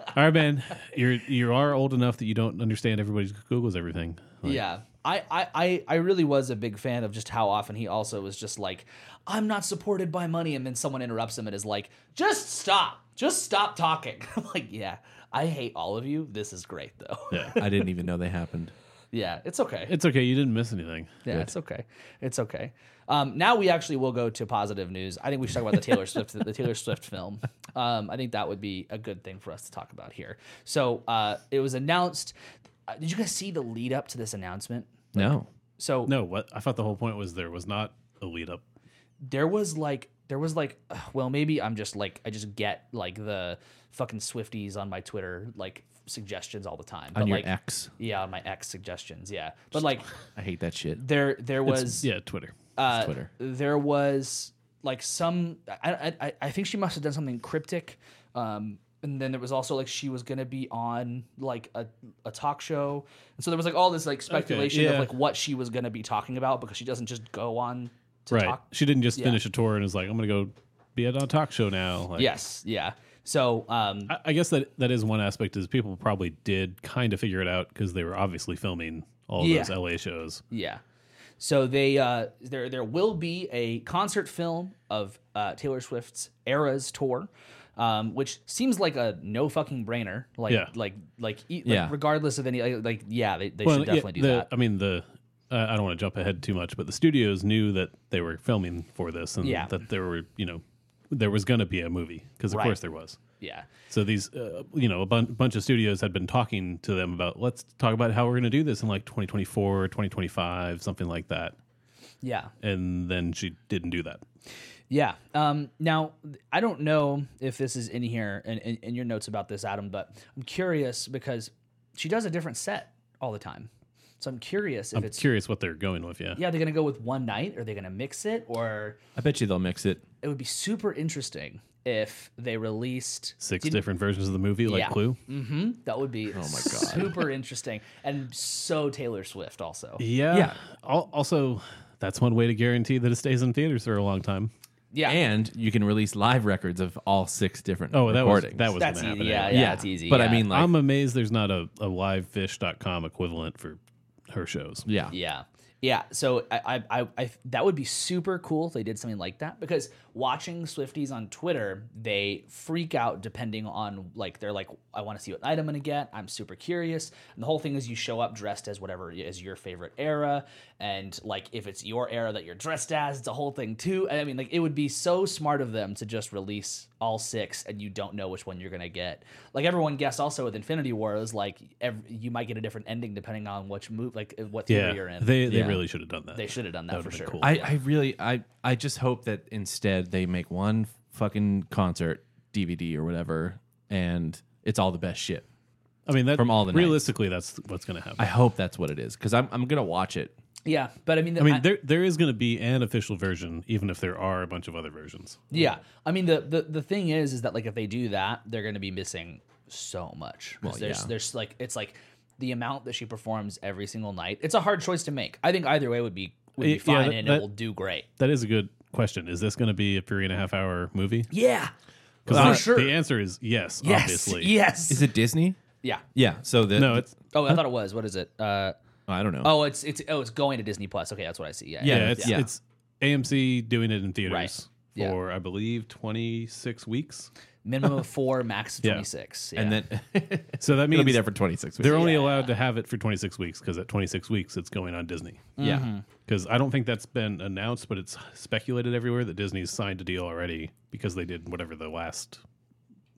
S3: all right, man, you're you are old enough that you don't understand everybody Google's everything. Like,
S1: yeah. I, I, I, I really was a big fan of just how often he also was just like, I'm not supported by money. And then someone interrupts him and is like, just stop. Just stop talking. I'm like, yeah, I hate all of you. This is great, though.
S3: yeah.
S2: I didn't even know they happened.
S1: Yeah, it's okay.
S3: It's okay. You didn't miss anything.
S1: yeah, it's okay. It's okay. Um, now we actually will go to positive news. I think we should talk about the Taylor Swift, the Taylor Swift film. Um, I think that would be a good thing for us to talk about here. So uh, it was announced. Uh, did you guys see the lead up to this announcement?
S2: No.
S1: So
S3: No, what I thought the whole point was there was not a lead up.
S1: there was like there was like ugh, well maybe i'm just like i just get like the fucking swifties on my twitter like suggestions all the time
S2: On your
S1: like
S2: ex.
S1: yeah on my ex suggestions yeah but like
S2: I hate that shit.
S1: there there was
S3: Yeah, Twitter.
S1: uh,
S2: Twitter.
S1: there was like some I, I I- I think she must have done something cryptic um and then there was also like she was gonna be on like a, a talk show and so there was like all this like speculation of
S3: yeah.
S1: like what she was gonna be talking about because she doesn't just go on to
S3: Right.
S1: talk
S3: She didn't just finish a tour and was like, "I'm gonna go be on a talk show now. Like,
S1: Yes, yeah. So um,
S3: I, I guess that that is one aspect is people probably did kind of figure it out because they were obviously filming all
S1: Yeah.
S3: those LA shows.
S1: Yeah. So they uh, there there will be a concert film of uh, Taylor Swift's Eras tour, um, which seems like a no fucking brainer. Like
S3: Yeah.
S1: like like, e- like
S2: Yeah.
S1: regardless of any like, like, yeah they, they
S3: Well,
S1: should
S3: yeah,
S1: definitely
S3: the-
S1: do that.
S3: I mean, the uh, I don't want to jump ahead too much, but the studios knew that they were filming for this and
S1: Yeah.
S3: that there were you know there was going to be a movie because of
S1: Right.
S3: course there was.
S1: yeah.
S3: So these, uh, you know, a bun- bunch of studios had been talking to them about let's talk about how we're going to do this in like 2024, 2025, something like that.
S1: Yeah.
S3: And then she didn't do that.
S1: Yeah. Um, now, I don't know if this is in here in, in, in your notes about this, Adam, but I'm curious because she does a different set all the time. So I'm curious if
S3: I'm
S1: it's
S3: curious what they're going with. Yeah.
S1: yeah they're gonna go with one night. Are they gonna mix it or
S2: I bet you they'll mix it.
S1: it would be super interesting if they released
S3: Six
S1: didn't-
S3: different versions of the movie, like
S1: Yeah. Mm-hmm.
S3: Clue.
S1: That would be oh my god, super interesting and so Taylor Swift also.
S3: Yeah. yeah. Also, that's one way to guarantee that it stays in theaters for a long time.
S1: Yeah,
S2: And you can release live records of all six different
S3: Oh, that was
S2: recordings.
S3: that was
S1: that's
S3: gonna
S1: easy.
S3: happen.
S1: Yeah, yeah,
S2: yeah,
S1: that's easy.
S2: But I
S1: yeah.
S2: mean, like,
S3: I'm amazed there's not a, a livefish.com equivalent for her shows.
S2: yeah,
S1: yeah, yeah. So I, I, I, I, that would be super cool if they did something like that because watching Swifties on Twitter, they freak out depending on like they're like, I want to see what night I'm gonna get. I'm super curious, and the whole thing is you show up dressed as whatever is your favorite era, and like if it's your era that you're dressed as, it's a whole thing too. And I mean, like it would be so smart of them to just release all six, and you don't know which one you're gonna get. Like everyone guessed also with Infinity War is like ev you might get a different ending depending on which move, like what theory you're in.
S3: They they
S2: Yeah.
S3: really should have done that.
S1: They should have done that,
S3: That
S1: for
S3: would've
S1: sure.
S3: been cool.
S2: I, I really, I, I just hope that instead they make one fucking concert DVD or whatever, and it's all the best shit.
S3: I mean, that,
S2: From all the nights.
S3: realistically, that's what's going to happen.
S2: I hope that's what it is because I'm, I'm gonna watch it.
S1: yeah, but I mean,
S3: I mean, there there is going to be an official version, even if there are a bunch of other versions.
S1: yeah, I mean the, the the thing is, is that like if they do that, they're going to be missing so much. 'Cause there's
S2: yeah.
S1: there's like it's like the amount that she performs every single night. It's a hard choice to make. I think either way would be would
S3: Yeah,
S1: be fine,
S3: that-
S1: and it
S3: that-
S1: will do great.
S3: That is a good question. Is this going to be a three and a half hour movie?
S1: Yeah, for
S3: Because
S1: sure.
S3: The answer is yes,
S1: yes,
S3: obviously.
S1: yes,
S2: Is it Disney?
S1: yeah.
S2: Yeah. So the
S3: No, it's
S1: Oh, I thought it was. What is it? Uh,
S2: I don't know.
S1: oh, it's it's oh, it's going to Disney Plus. Okay, that's what I see. Yeah,
S2: Yeah,
S3: yeah, it's
S2: yeah.
S3: it's AMC doing it in theaters
S1: Right. Yeah.
S3: for I believe twenty six weeks.
S1: minimum of four, max of
S3: Yeah.
S1: twenty six.
S2: and then
S3: So that means
S2: it'll be there for 26 weeks.
S3: they're only allowed to have it for twenty six weeks because at twenty six weeks it's going on Disney.
S2: yeah.
S3: Because I don't think that's been announced, but it's speculated everywhere that Disney's signed a deal already because they did whatever the last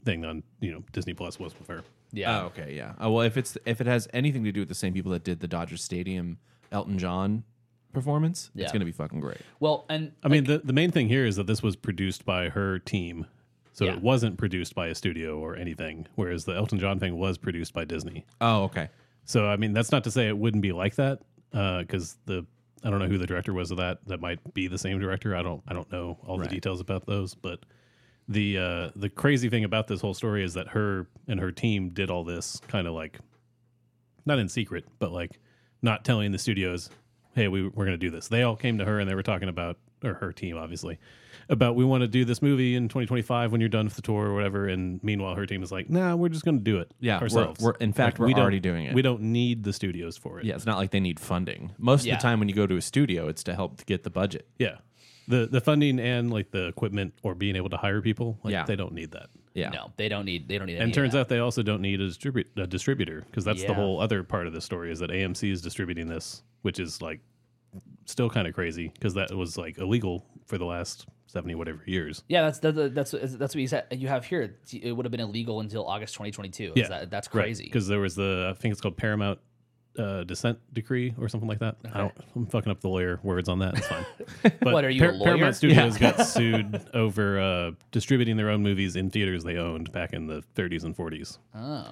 S3: thing on you know Disney Plus was with her.
S1: yeah,
S2: Oh, okay, yeah. Oh, well, if it's if it has anything to do with the same people that did the Dodgers Stadium Elton John performance,
S1: Yeah.
S2: it's gonna be fucking great.
S1: well, and
S3: I mean, the, the main thing here is that this was produced by her team. So
S1: Yeah.
S3: it wasn't produced by a studio or anything, whereas the Elton John thing was produced by Disney.
S2: Oh, okay.
S3: So, I mean, that's not to say it wouldn't be like that, because the I don't know who the director was of that. That might be the same director. I don't I don't know all the details about those. But the uh, the crazy thing about this whole story is that her and her team did all this kind of like not in secret, but like not telling the studios, hey, we, we're going to do this. They all came to her and they were talking about, or her team, obviously, about we want to do this movie in 2025 when you're done with the tour or whatever. And meanwhile, her team is like, nah, we're just going to do it
S2: Yeah, we're-
S3: ourselves.
S2: we're- in fact, we're
S3: we don't-
S2: already doing it.
S3: We don't need the studios for it.
S2: Yeah, it's not like they need funding. Most
S1: Yeah.
S2: of the time, when you go to a studio, it's to help get the budget.
S3: Yeah. The, the funding and like the equipment or being able to hire people, like
S2: Yeah.
S3: they don't need that.
S2: Yeah,
S1: no, they don't need they don't need.
S3: And turns out they also don't need a, distribu- a distributor because that's
S1: Yeah.
S3: the whole other part of the story is that AMC is distributing this, which is like still kind of crazy because that was like illegal for the last 70 whatever years.
S1: Yeah, that's that, that- that's that's what you said. You have here. It would have been illegal until August 2022.
S3: Yeah,
S1: that, that's crazy.
S3: Because there was the, I think it's called Paramount uh, Dissent Decree or something like that. I don't, I'm fucking up the lawyer words on that. It's fine. But
S1: What, are you a lawyer?
S3: Paramount Studios got sued over uh, distributing their own movies in theaters they owned back in the 30s and 40s.
S1: oh,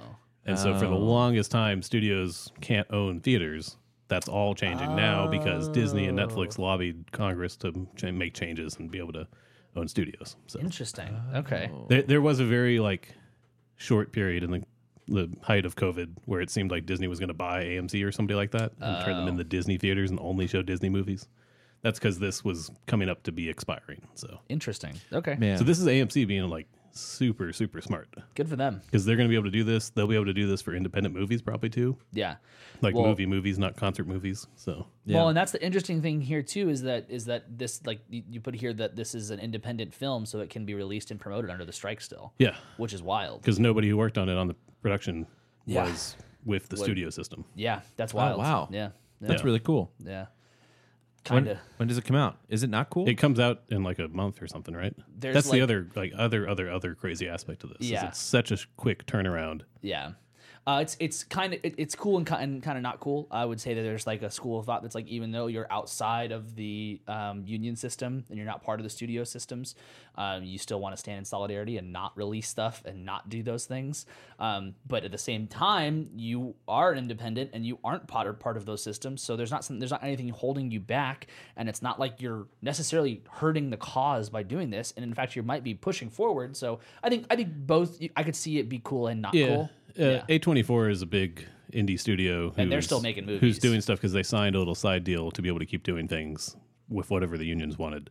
S3: And so for the longest time, studios can't own theaters. That's all changing now because Disney and Netflix
S1: Oh.
S3: lobbied Congress to ch- make changes and be able to own studios. So
S1: interesting. Okay.
S3: there, there was a very like short period in the the height of COVID where it
S1: Oh.
S3: seemed like Disney was going to buy AMC or somebody like that and turn them into Disney theaters and only show Disney movies. that's because this was coming up to be expiring. So,
S1: Interesting. Okay.
S2: Man.
S3: so this is AMC being like super super smart
S1: Good for them.
S3: because they're going to be able to do this. They'll be able to do this for independent movies probably too,
S1: Yeah.
S3: like
S1: Well-
S3: movie movies, not concert movies. So
S1: Well, and that's the interesting thing here too is that is that this like you you put here that this is an independent film, so it can be released and promoted under the strike still.
S3: yeah,
S1: Which is wild.
S3: because nobody who worked on it on the production
S1: Yeah.
S3: was with the studio system.
S1: Yeah, that's wild.
S2: wow.
S1: Yeah. Yeah.
S2: That's really cool.
S1: yeah.
S2: When-
S1: Kinda.
S2: When, does it come out? Is it not cool?
S3: It comes out in like a month or something, right?
S1: There's
S3: That's
S1: like-
S3: the other like other other other crazy aspect of this. is
S1: Yeah.
S3: it's such a sh- quick turnaround.
S1: Yeah. Uh, it's it's kind of it, it's cool and, ki- and kind of not cool. I would say that there's like a school of thought that's like even though you're outside of the um, union system and you're not part of the studio systems, um, you still want to stand in solidarity and not release stuff and not do those things. Um, but at the same time, you are independent and you aren't part of, part of those systems. So there's not some, there's not anything holding you back, and it's not like you're necessarily hurting the cause by doing this. And in fact, you might be pushing forward. So I think I think both I could see it be cool and not cool.
S3: Uh, A24 is a big indie studio.
S1: And they're
S3: who's-
S1: still making movies.
S3: Who's doing stuff because they signed a little side deal to be able to keep doing things with whatever the unions wanted.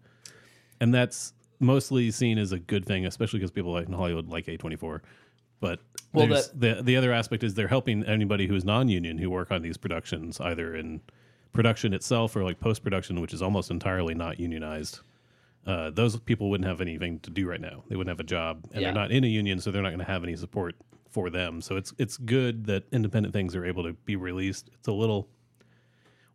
S3: And that's mostly seen as a good thing, especially because people like in Hollywood like A24. But
S1: Well,
S3: there's- the the other aspect is they're helping anybody who's non-union who work on these productions either in production itself or like post-production, which is almost entirely not unionized. Uh, those people wouldn't have anything to do right now. They wouldn't have a job, and
S1: Yeah.
S3: they're not in a union, so they're not going to have any support for them. So it's it's good that independent things are able to be released. It's a little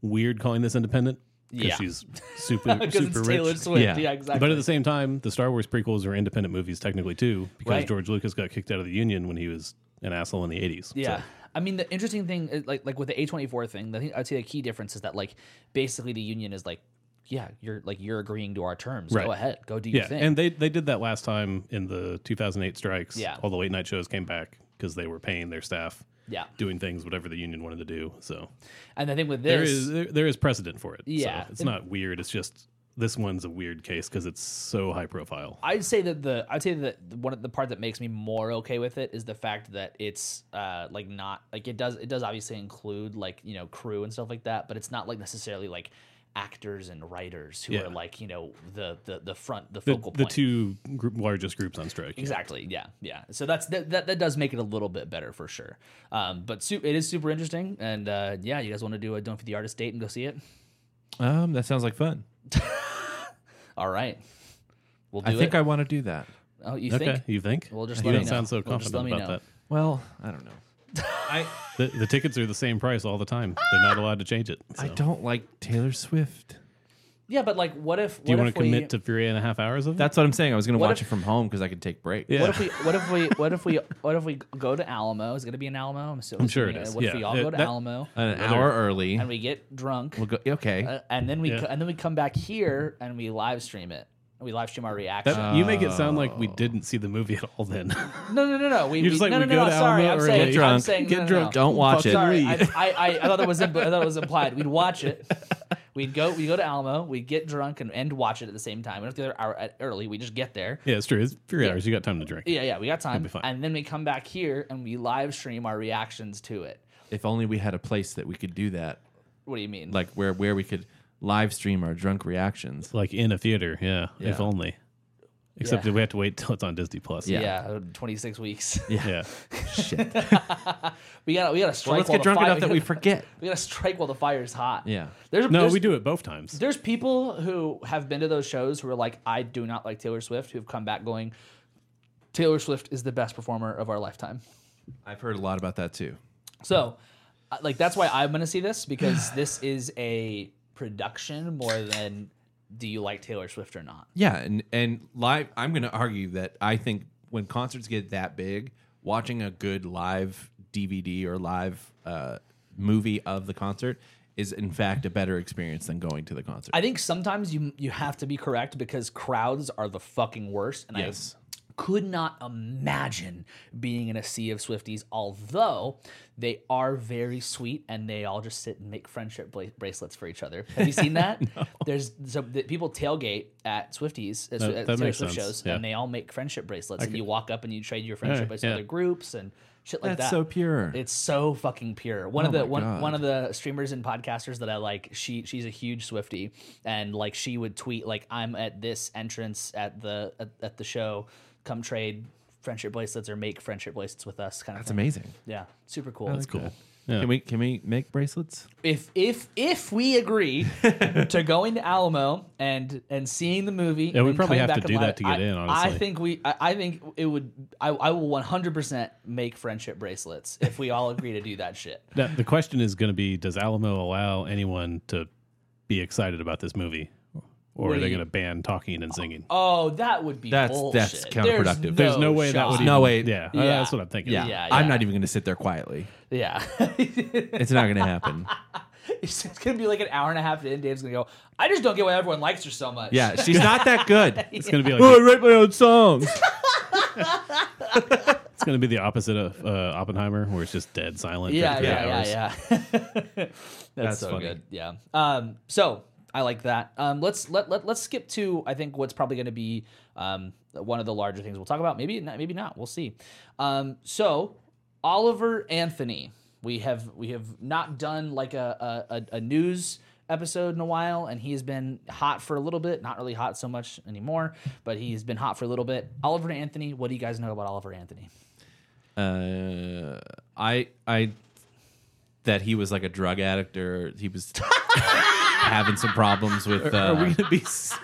S3: weird calling this independent because
S1: Yeah.
S3: she's super
S1: because
S3: super
S1: it's
S3: rich.
S1: Taylor Swift. Yeah,
S2: Yeah.
S1: exactly.
S3: But at the same time, the Star Wars prequels are independent movies technically too, because
S1: Right.
S3: George Lucas got kicked out of the union when he was an asshole in the eighties.
S1: yeah. I mean, the interesting thing, is, like like with the A twenty four thing, I think I'd say the key difference is that like basically the union is like, yeah, you're like you're agreeing to our terms. Go
S3: Right.
S1: ahead, go do your
S3: yeah,
S1: thing.
S3: and they they did that last time in the 2008 strikes.
S1: Yeah.
S3: all the late night shows came back because they were paying their staff.
S1: Yeah.
S3: doing things whatever the union wanted to do. So
S1: and the thing with
S3: there
S1: this,
S3: is there, there is precedent for it. So
S1: Yeah.
S3: it's not weird. It's just this one's a weird case because it's so high profile.
S1: I'd say that the I'd say that the- one of the part that makes me more okay with it is the fact that it's uh like not like it does it does obviously include like you know crew and stuff like that, but it's not like necessarily like actors and writers who
S3: Yeah.
S1: are like you know the the the front the
S3: The,
S1: focal
S3: the
S1: point.
S3: two group, largest groups on strike. yeah.
S1: Exactly. Yeah. Yeah. So that's that, that. That does make it a little bit better for sure. Um, but su- it is super interesting, and uh, yeah, you guys want to do a Don't Feed the Artist date and go see it?
S2: um, that sounds like fun.
S1: All right, we'll do
S2: I think
S1: it.
S2: I want to do that.
S1: oh, you
S3: Okay,
S1: think?
S3: you think?
S1: Well, just
S3: you
S1: let me
S3: don't sound
S1: know.
S3: so
S1: Well, just
S3: confident
S1: let me
S3: about that.
S1: know.
S2: Well, I don't know. I
S3: The, the tickets are the same price all the time. They're not allowed to change it.
S2: I
S3: so.
S2: don't like Taylor Swift.
S1: Yeah, but like, what if? What
S3: Do you
S1: if
S3: want to commit
S1: we,
S3: to three and a half hours of it?
S2: That's what I'm saying. I was going to
S1: What
S2: watch
S1: if-
S2: it from home because I could take breaks.
S1: What if we? What if we? What if we? What if we go to Alamo? Is it gonna be an Alamo? I'm, so,
S3: I'm sure it
S1: assuming-
S3: is.
S1: What if
S3: Yeah.
S1: we all
S3: Uh,
S1: go to
S3: that-
S1: Alamo
S2: An hour early.
S1: and we get drunk,
S2: We'll go, okay.
S1: uh, and then we
S3: Yeah.
S1: co- and then we come back here and we live stream it. We live stream our reaction.
S3: That- you make it sound like we
S1: Oh.
S3: didn't see the movie at all. Then
S1: No, no, no, no. We,
S3: You're just
S1: we,
S3: like,
S1: no,
S3: we
S1: no, no,
S3: go
S1: no.
S3: to
S1: Sorry,
S3: Alamo
S1: I'm
S3: early.
S1: saying,
S2: Get
S1: I'm
S2: drunk.
S1: saying,
S2: Get
S1: no, no,
S2: drunk.
S1: no.
S2: Don't watch it.
S1: Sorry, I, I, I, I thought that was impl- I thought it was implied. We'd watch it. We'd go, we go to Alamo. We get drunk and, and watch it at the same time. We don't have to get there hour at- early. We just get there.
S3: yeah, it's true. It's three hours. You got time to drink.
S1: Yeah, yeah, we got time.
S3: be fine.
S1: And then we come back here and we live stream our reactions to it.
S2: if only we had a place that we could do that,
S1: What do you mean?
S2: like where where we could live stream our drunk reactions.
S3: Like in a theater. Yeah, if
S2: Yeah.
S3: only. Except
S1: Yeah.
S3: that we have to wait till it's on Disney Plus.
S1: yeah, 26 weeks.
S3: yeah.
S2: Shit. Well,
S1: We got we got to strike.
S2: let's
S1: while
S2: get
S1: the
S2: drunk
S1: fire-
S2: enough that we forget.
S1: we got to strike while the fire's hot.
S2: Yeah.
S1: There's
S3: No,
S1: there's-
S3: we do it both times.
S1: There's people who have been to those shows who are like, I do not like Taylor Swift, who've come back going, Taylor Swift is the best performer of our lifetime.
S2: I've heard a lot about that too.
S1: So, uh, like, that's why I'm going to see this because this is a production more than do you like Taylor Swift or not.
S2: Yeah, and and live. I'm going to argue that I think when concerts get that big, watching a good live DVD or live uh, movie of the concert is in fact a better experience than going to the concert.
S1: I think sometimes you you have to be correct because crowds are the fucking worst, and
S2: Yes.
S1: I could not imagine being in a sea of Swifties. Although they are very sweet, and they all just sit and make friendship bla- bracelets for each other. Have you seen that? There's so the, people tailgate at Swifties at,
S3: That-
S1: at
S3: that
S1: Taylor
S3: makes
S1: Swift
S3: sense,
S1: shows,
S3: yeah.
S1: and they all make friendship bracelets, and you walk up and you trade your friendship
S3: Alright,
S1: bracelets with
S3: yeah.
S1: other groups, and shit like
S2: That's
S1: that.
S2: so pure.
S1: It's so fucking pure. One of
S2: Oh
S1: the
S2: my
S1: one,
S2: God.
S1: one of the streamers and podcasters that I like, she she's a huge Swifty, and like she would tweet like, "I'm at this entrance at the at, at the show. Come trade friendship bracelets or make friendship bracelets with us." Kind of.
S2: That's
S1: thing.
S2: amazing.
S1: Yeah, super cool.
S2: That's cool. Can we can we make bracelets?
S1: If if if we agree to going to Alamo and and seeing the movie,
S3: we
S1: and
S3: probably
S1: coming
S3: have to
S1: back and
S3: do
S1: live,
S3: that to get
S1: I-
S3: in, honestly.
S1: I think we. I, I think it would. I, I will one hundred percent make friendship bracelets if we all agree to do that shit.
S3: Now, the question is going to be: Does Alamo allow anyone to be excited about this movie, or
S1: What
S3: are
S1: do
S3: they
S1: you-
S3: going to ban talking and singing?
S1: Oh, that would be
S2: That's-
S1: bullshit.
S2: that's counterproductive.
S3: There's no way that would
S1: shot.
S3: even-
S2: No way.
S3: Yeah, uh,
S1: Yeah.
S3: that's what I'm thinking.
S2: Yeah.
S1: Yeah,
S2: I'm
S1: yeah.
S2: not even going to sit there quietly.
S3: e-
S1: Yeah,
S2: It's not going to happen.
S1: it's just gonna be like an hour and a half in. Dave's gonna go. I just don't get why everyone likes her so much.
S2: Yeah, she's not that good.
S3: it's going to be
S2: Oh, I
S3: like
S2: write my own songs.
S3: it's going to be the opposite of uh, Oppenheimer, where it's just dead silent.
S1: yeah,
S3: for three
S1: yeah,
S3: hours.
S1: yeah, yeah. That's,
S2: That's
S1: so
S2: funny.
S1: good. Yeah. Um. So I like that. Um. Let's let, let let's skip to I think what's probably going to be um one of the larger things we'll talk about. Maybe not. Maybe not. We'll see. Um. So Oliver Anthony, we have we have not done like a a, a, a news episode in a while and he's been hot for a little bit not really hot so much anymore but he's been hot for a little bit oliver anthony what do you guys know about oliver anthony
S2: Uh, I I that he was like a drug addict or he was having some problems with. Uh,
S3: Are we going to be? s-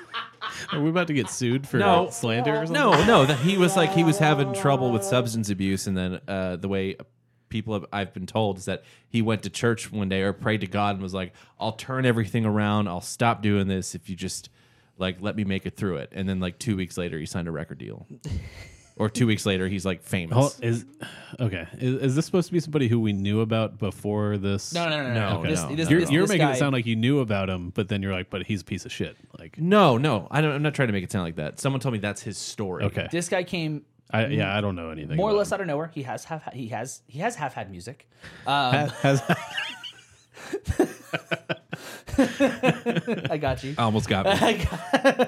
S3: Are we about to get sued for
S2: No.
S3: like, slander or something?
S2: No, no, that he was like he was having trouble with substance abuse, and then uh, the way people have, I've been told is that he went to church one day or prayed to God and was like, "I'll turn everything around. I'll stop doing this if you just like let me make it through it." And then like two weeks later, he signed a record deal, or two weeks later, he's like famous.
S3: Hol- is okay. Is, is this supposed to be somebody who we knew about before this?
S1: no no no no,
S2: No,
S1: This,
S2: no,
S1: this,
S2: no.
S3: You're,
S1: this-
S3: you're
S1: this
S3: making
S1: guy-
S3: it sound like you knew about him, but then you're like, but he's a piece of shit. Like,
S2: no, no, I don't, I'm not trying to make it sound like that. Someone told me that's his story.
S3: okay,
S1: this guy came
S3: I, yeah, I don't know anything.
S1: more or
S3: about
S1: less out of nowhere. He has have he has he has half had music. Um,
S3: him. Has-
S1: I got you.
S2: I almost got me.
S1: I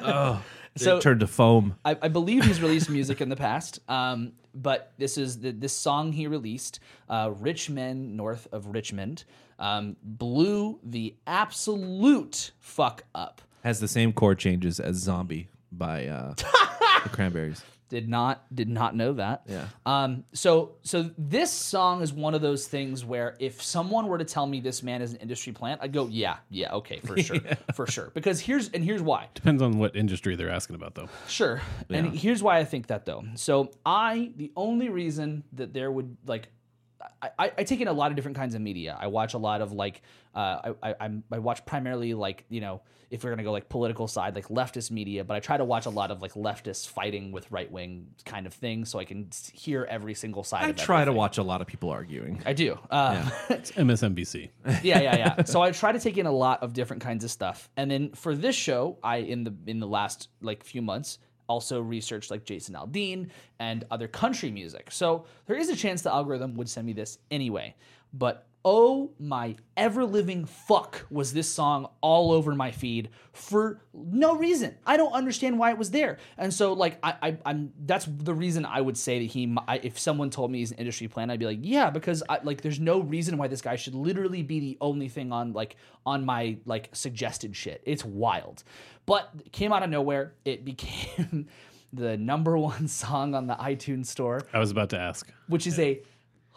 S1: got-
S2: so,
S1: so
S2: it turned to foam.
S1: I, I believe he's released music in the past, um, but this is the, this song he released, uh, "Rich Men North of Richmond," um, blew the absolute fuck up.
S2: Has the same chord changes as "Zombie" by uh, the Cranberries.
S1: Did not did not know that.
S2: Yeah.
S1: Um. So so this song is one of those things where if someone were to tell me this man is an industry plant, I'd go, yeah, yeah, okay, for sure, for sure. Because here's and here's why.
S3: Depends on what industry they're asking about, though.
S1: Sure. And here's why I think that though. So I the only reason that there would like I, I, I take in a lot of different kinds of media. I watch a lot of like uh, I, I I'm- I watch primarily like you know if we're gonna go like political side like leftist media, but I try to watch a lot of like leftists fighting with right wing kind of things so I can s- hear every single side.
S2: I
S1: of
S2: try to
S1: everything.
S2: watch a lot of people arguing.
S1: I do. Uh,
S3: It's MSNBC.
S1: yeah, yeah, yeah. So I try to take in a lot of different kinds of stuff, and then for this show, I in the in the last like few months also researched like Jason Aldean and other country music. So there is a chance the algorithm would send me this anyway, but. Oh my ever living fuck was this song all over my feed for no reason. I don't understand why it was there. And so like I, I I'm that's the reason I would say that he mi- I, if someone told me he's an industry plan I'd be like yeah because I, like there's no reason why this guy should literally be the only thing on like on my like suggested shit. It's wild. But it came out of nowhere. It became the number one song on the iTunes store
S3: I was about to ask.
S1: which is a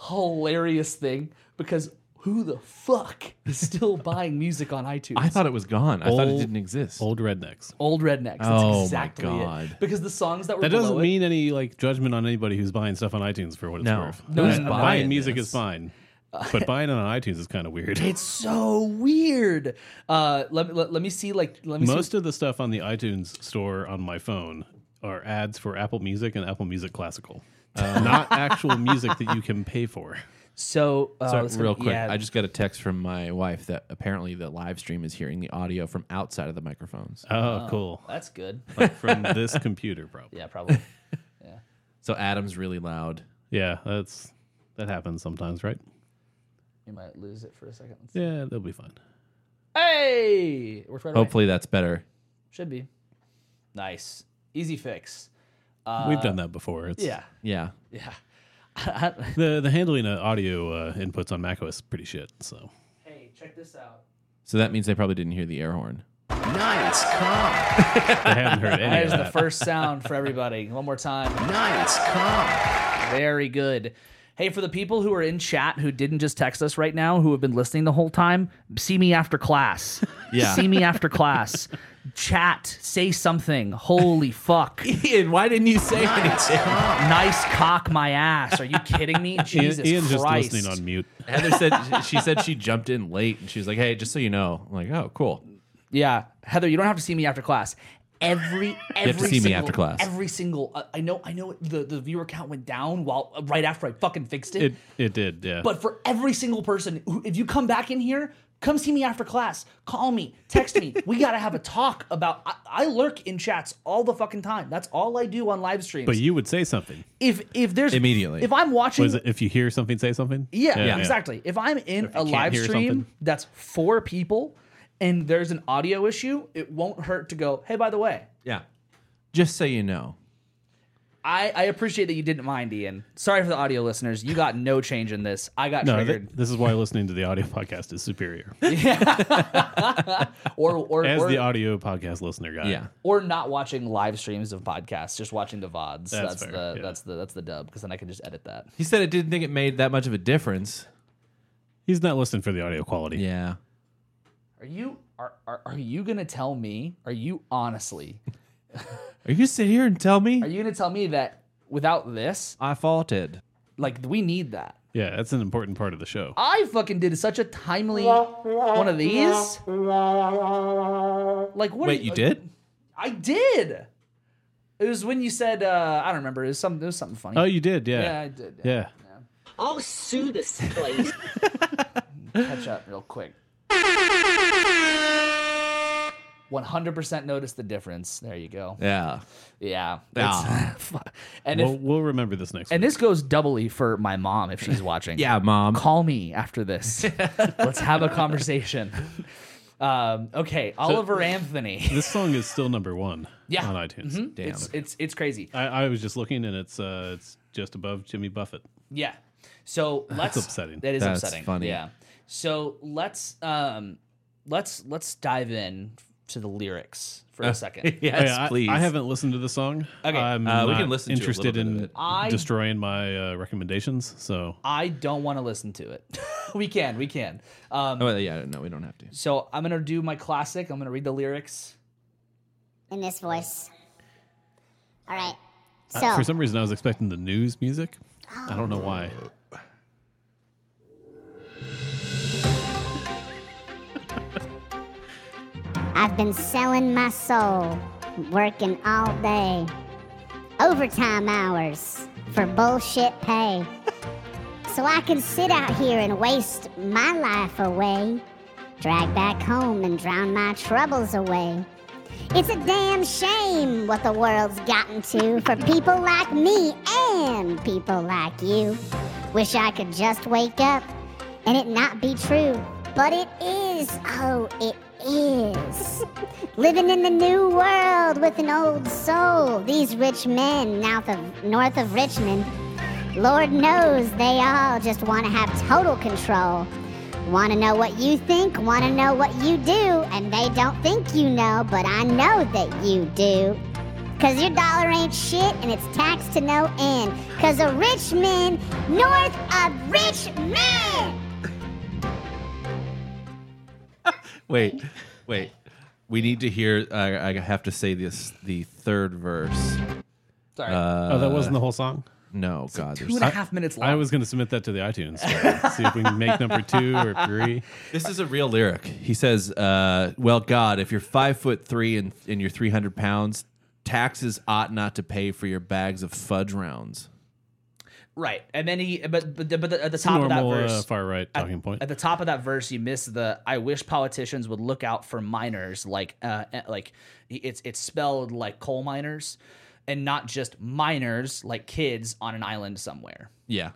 S1: hilarious thing because who the fuck is still buying music on iTunes?
S2: I thought it was gone. I thought it
S3: Old-
S2: didn't exist.
S3: Old rednecks.
S1: old rednecks. That's
S2: Oh my
S1: exactly it.
S2: God.
S1: Because the songs that were
S3: That doesn't
S1: below it-
S3: mean any like judgment on anybody who's buying stuff on iTunes for what it's
S2: No.
S3: worth.
S2: No,
S3: Who's
S1: no, no,
S3: buying,
S1: no.
S3: music
S2: Yes.
S3: is fine, but buying it on iTunes is kind of weird.
S1: it's so weird. Uh, let me let, let me see. Like let me see.
S3: Most of the stuff on the iTunes store on my phone are ads for Apple Music and Apple Music Classical, Uh, not actual music that you can pay for.
S1: So uh,
S2: Sorry,
S1: let's go-
S2: real quick,
S1: yeah.
S2: I just got a text from my wife that apparently the live stream is hearing the audio from outside of the microphones.
S3: Oh, cool.
S1: that's good.
S3: Like from this computer, probably.
S1: Yeah, probably.
S2: So Adam's really loud.
S3: Yeah, that's that happens sometimes, right?
S1: you might lose it for a second. Let's-
S3: Yeah, that'll be fine.
S1: Hey, we're right away.
S2: Hopefully that's better.
S1: Should be nice, easy fix.
S3: We've done that before. It's,
S1: Uh, Yeah,
S2: Yeah.
S1: yeah.
S3: the the handling of audio uh, inputs on macOS is pretty shit. So
S1: Hey, check this out.
S2: So that means they probably didn't hear the air horn.
S4: Nice comp.
S3: I haven't heard any
S1: That
S3: of
S1: is the
S3: that.
S1: first sound for everybody. One more time.
S4: Nice comp.
S1: Very good. Hey, for the people who are in chat who didn't just text us right now, who have been listening the whole time, see me after class.
S2: Yeah.
S1: See me after class. Chat, say something. Holy fuck.
S2: Ian, why didn't you say
S4: Nice
S2: anything?
S4: comp.
S1: Nice cock my ass. Are you kidding me?
S3: Ian,
S1: Jesus
S3: Ian's just
S1: Christ.
S3: listening on mute.
S2: Heather said she said she jumped in late and she was like, "Hey, just so you know." I'm like, "Oh, cool."
S1: Yeah, Heather, you don't have to see me after class. Every every
S2: have to see me
S1: single,
S2: after class.
S1: Every single uh, I know I know the the viewer count went down while right after I fucking fixed it.
S3: It it did, yeah.
S1: but for every single person, who- if you come back in here, come see me after class. Call me, text me. we gotta have a talk about. I, I lurk in chats all the fucking time. That's all I do on live streams.
S3: but you would say something.
S1: if if there's
S2: Immediately.
S1: if I'm watching
S3: Was it if you hear something, say something?
S1: yeah, exactly. If I'm in a
S3: can't
S1: live
S3: hear
S1: stream
S3: something.
S1: that's four people and there's an audio issue, it won't hurt to go, hey, by the way,
S2: Yeah. Just so you know.
S1: I, I appreciate that you didn't mind, Ian. Sorry for the audio listeners. You got no change in this. I got
S3: No, th-
S1: triggered.
S3: this is why listening to the audio podcast is superior.
S1: or or
S3: As
S1: or,
S3: the audio podcast listener guy.
S2: Yeah.
S1: or not watching live streams of podcasts, just watching the VODs. That's,
S3: That's fair,
S1: the
S3: yeah.
S1: that's the that's the dub, because then I can just edit that.
S2: He said it didn't think it made that much of a difference.
S3: He's not listening for the audio quality.
S2: Yeah.
S1: Are you are are, are you gonna tell me? Are you honestly?
S2: Are you gonna sit here and tell me
S1: Are you gonna tell me that without this,
S2: I faulted?
S1: like we need that?
S3: Yeah, that's an important part of the show.
S1: I fucking did such a timely one of these. Like what? are
S2: Wait, you did?
S1: I did. It was when you said uh, I don't remember. It was something. It was something funny.
S3: Oh, you did, yeah.
S1: yeah, I did. Yeah.
S3: Yeah.
S5: I'll sue this place.
S1: Catch up real quick. One hundred percent notice the difference. There you go.
S2: Yeah.
S1: Yeah.
S2: Ah.
S1: It's- and
S3: We'll,
S1: if
S3: we'll remember this next
S1: and
S3: week.
S1: this goes doubly for my mom if she's watching.
S2: Yeah, mom.
S1: Call me after this. Let's have a conversation. Um, okay, Oliver Anthony.
S3: This song is still number one
S1: Yeah. Mm-hmm.
S3: on iTunes.
S2: Damn.
S1: It's it's it's crazy.
S3: I, I was just looking and it's uh, it's just above Jimmy Buffett.
S1: Yeah. So let's
S3: upsetting.
S1: That is
S2: That's
S1: upsetting.
S2: funny.
S1: Yeah. So let's um let's let's dive in to the lyrics for a second.
S2: yes,
S3: Oh, yeah, I-
S2: please.
S3: I, haven't listened to the song.
S1: Okay.
S3: I'm
S2: Uh, we
S3: not
S2: can listen to a
S3: interested
S2: little bit of
S3: in
S2: it.
S1: I-
S3: destroying my uh, recommendations. So
S1: I don't want to listen to it. we can, we can. Um
S2: Oh, yeah. No, we don't have to.
S1: so I'm gonna do my classic. I'm gonna read the lyrics.
S6: in this voice. All right. So,
S3: Uh, for some reason, I was expecting the news music. I don't know why.
S6: I've been selling my soul, working all day, overtime hours for bullshit pay. so I can sit out here and waste my life away, drag back home and drown my troubles away. It's a damn shame what the world's gotten to for people like me and people like you. Wish I could just wake up and it not be true, but it is. Oh, it is. Living in the new world with an old soul. These rich men north of, north of Richmond. Lord knows they all just want to have total control. Want to know what you think, want to know what you do, and they don't think you know, but I know that you do. Cause your dollar ain't shit and it's taxed to no end. Cause a rich man north of rich man!
S2: Wait, wait. We need to hear. I, I have to say this. The third verse.
S1: Sorry.
S3: oh, that wasn't the whole song.
S2: No, God.
S1: Two
S2: there's-
S1: and a half minutes
S2: Uh,
S1: long.
S3: I was going to submit that to the iTunes. store. see if we can make number two or three.
S2: This is a real lyric. He says, uh, "Well, God, if you're five foot three and, and you're three hundred pounds, taxes ought not to pay for your bags of fudge rounds."
S1: Right, and then he, but but, but at the top
S3: Normal
S1: of that verse,
S3: uh, far right talking point.
S1: at the top of that verse, you miss the "I wish politicians would look out for miners like uh eh, like it's it's spelled like coal miners, and not just miners like kids on an island somewhere.
S2: Yeah,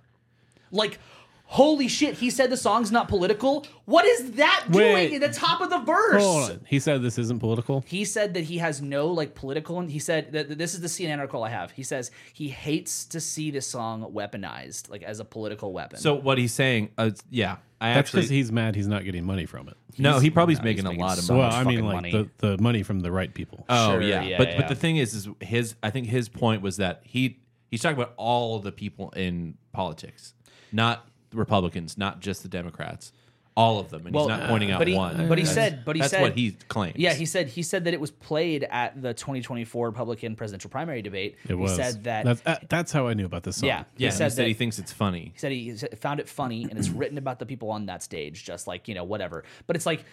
S1: Like, holy shit, he said the song's not political. What is that
S3: Wait.
S1: doing in the top of the verse?
S3: Hold on. He said this isn't political.
S1: He said that he has no like political, and he said that that this is the CNN article I have. He says he hates to see this song weaponized, like as a political weapon.
S2: So what he's saying, uh, yeah, I
S3: That's
S2: actually
S3: because he's mad he's not getting money from it.
S2: no, he probably's
S1: no, he's
S2: making a
S1: making
S2: lot of
S1: so
S2: money.
S3: well, I mean,
S1: fucking
S3: like
S1: money.
S3: the, the money from the right people.
S2: Oh
S1: Sure,
S2: yeah.
S1: yeah,
S2: but
S1: yeah.
S2: but the thing is, is his. I think his point was that he he's talking about all the people in politics, not the Republicans, not just the Democrats, all of them, and
S1: Well, uh,
S2: he's not pointing out
S1: but he-
S2: one.
S1: but he
S2: That's-
S1: said- but he
S2: that's
S1: said-
S2: what he claims.
S1: Yeah, he said he said that it was played at the 2024 Republican presidential primary debate.
S3: it was.
S1: He said that.
S3: That's, uh, that's how I knew about this song.
S1: yeah,
S2: yeah.
S1: he said that.
S2: he thinks it's funny.
S1: he said he s- found it funny and it's written about the people on that stage, just like you know whatever. But it's like,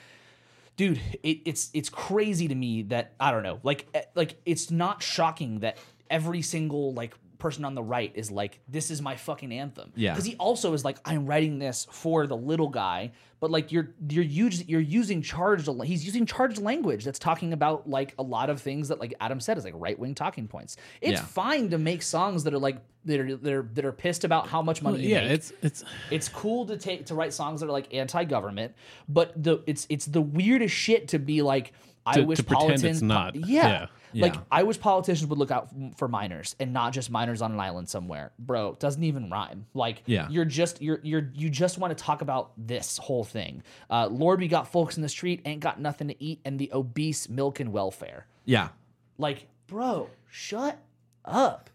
S1: dude, it, it's it's crazy to me that I don't know, like eh, like it's not shocking that every single like person on the right is like, this is my fucking anthem.
S2: Yeah.
S1: because he also is like, I'm writing this for the little guy. But like you're you're using you're using charged la- he's using charged language that's talking about like a lot of things that like Adam said is like right wing talking points. It's
S2: Yeah.
S1: fine to make songs that are like that are that are, that are pissed about how much money. you
S3: Yeah,
S1: make.
S3: it's it's
S1: It's cool to take to write songs that are like anti-government, but the it's it's the weirdest shit to be like I
S3: To-
S1: wish
S3: to pretend
S1: politin-
S3: it's not.
S1: Yeah.
S2: Yeah.
S1: Like
S2: Yeah.
S1: I wish politicians would look out f- for minors and not just minors on an island somewhere. Bro, it doesn't even rhyme. Like
S2: Yeah.
S1: you're just you're you're you just want to talk about this whole thing. Uh Lord, we got folks in the street ain't got nothing to eat and the obese milk and welfare
S2: Yeah,
S1: like bro shut up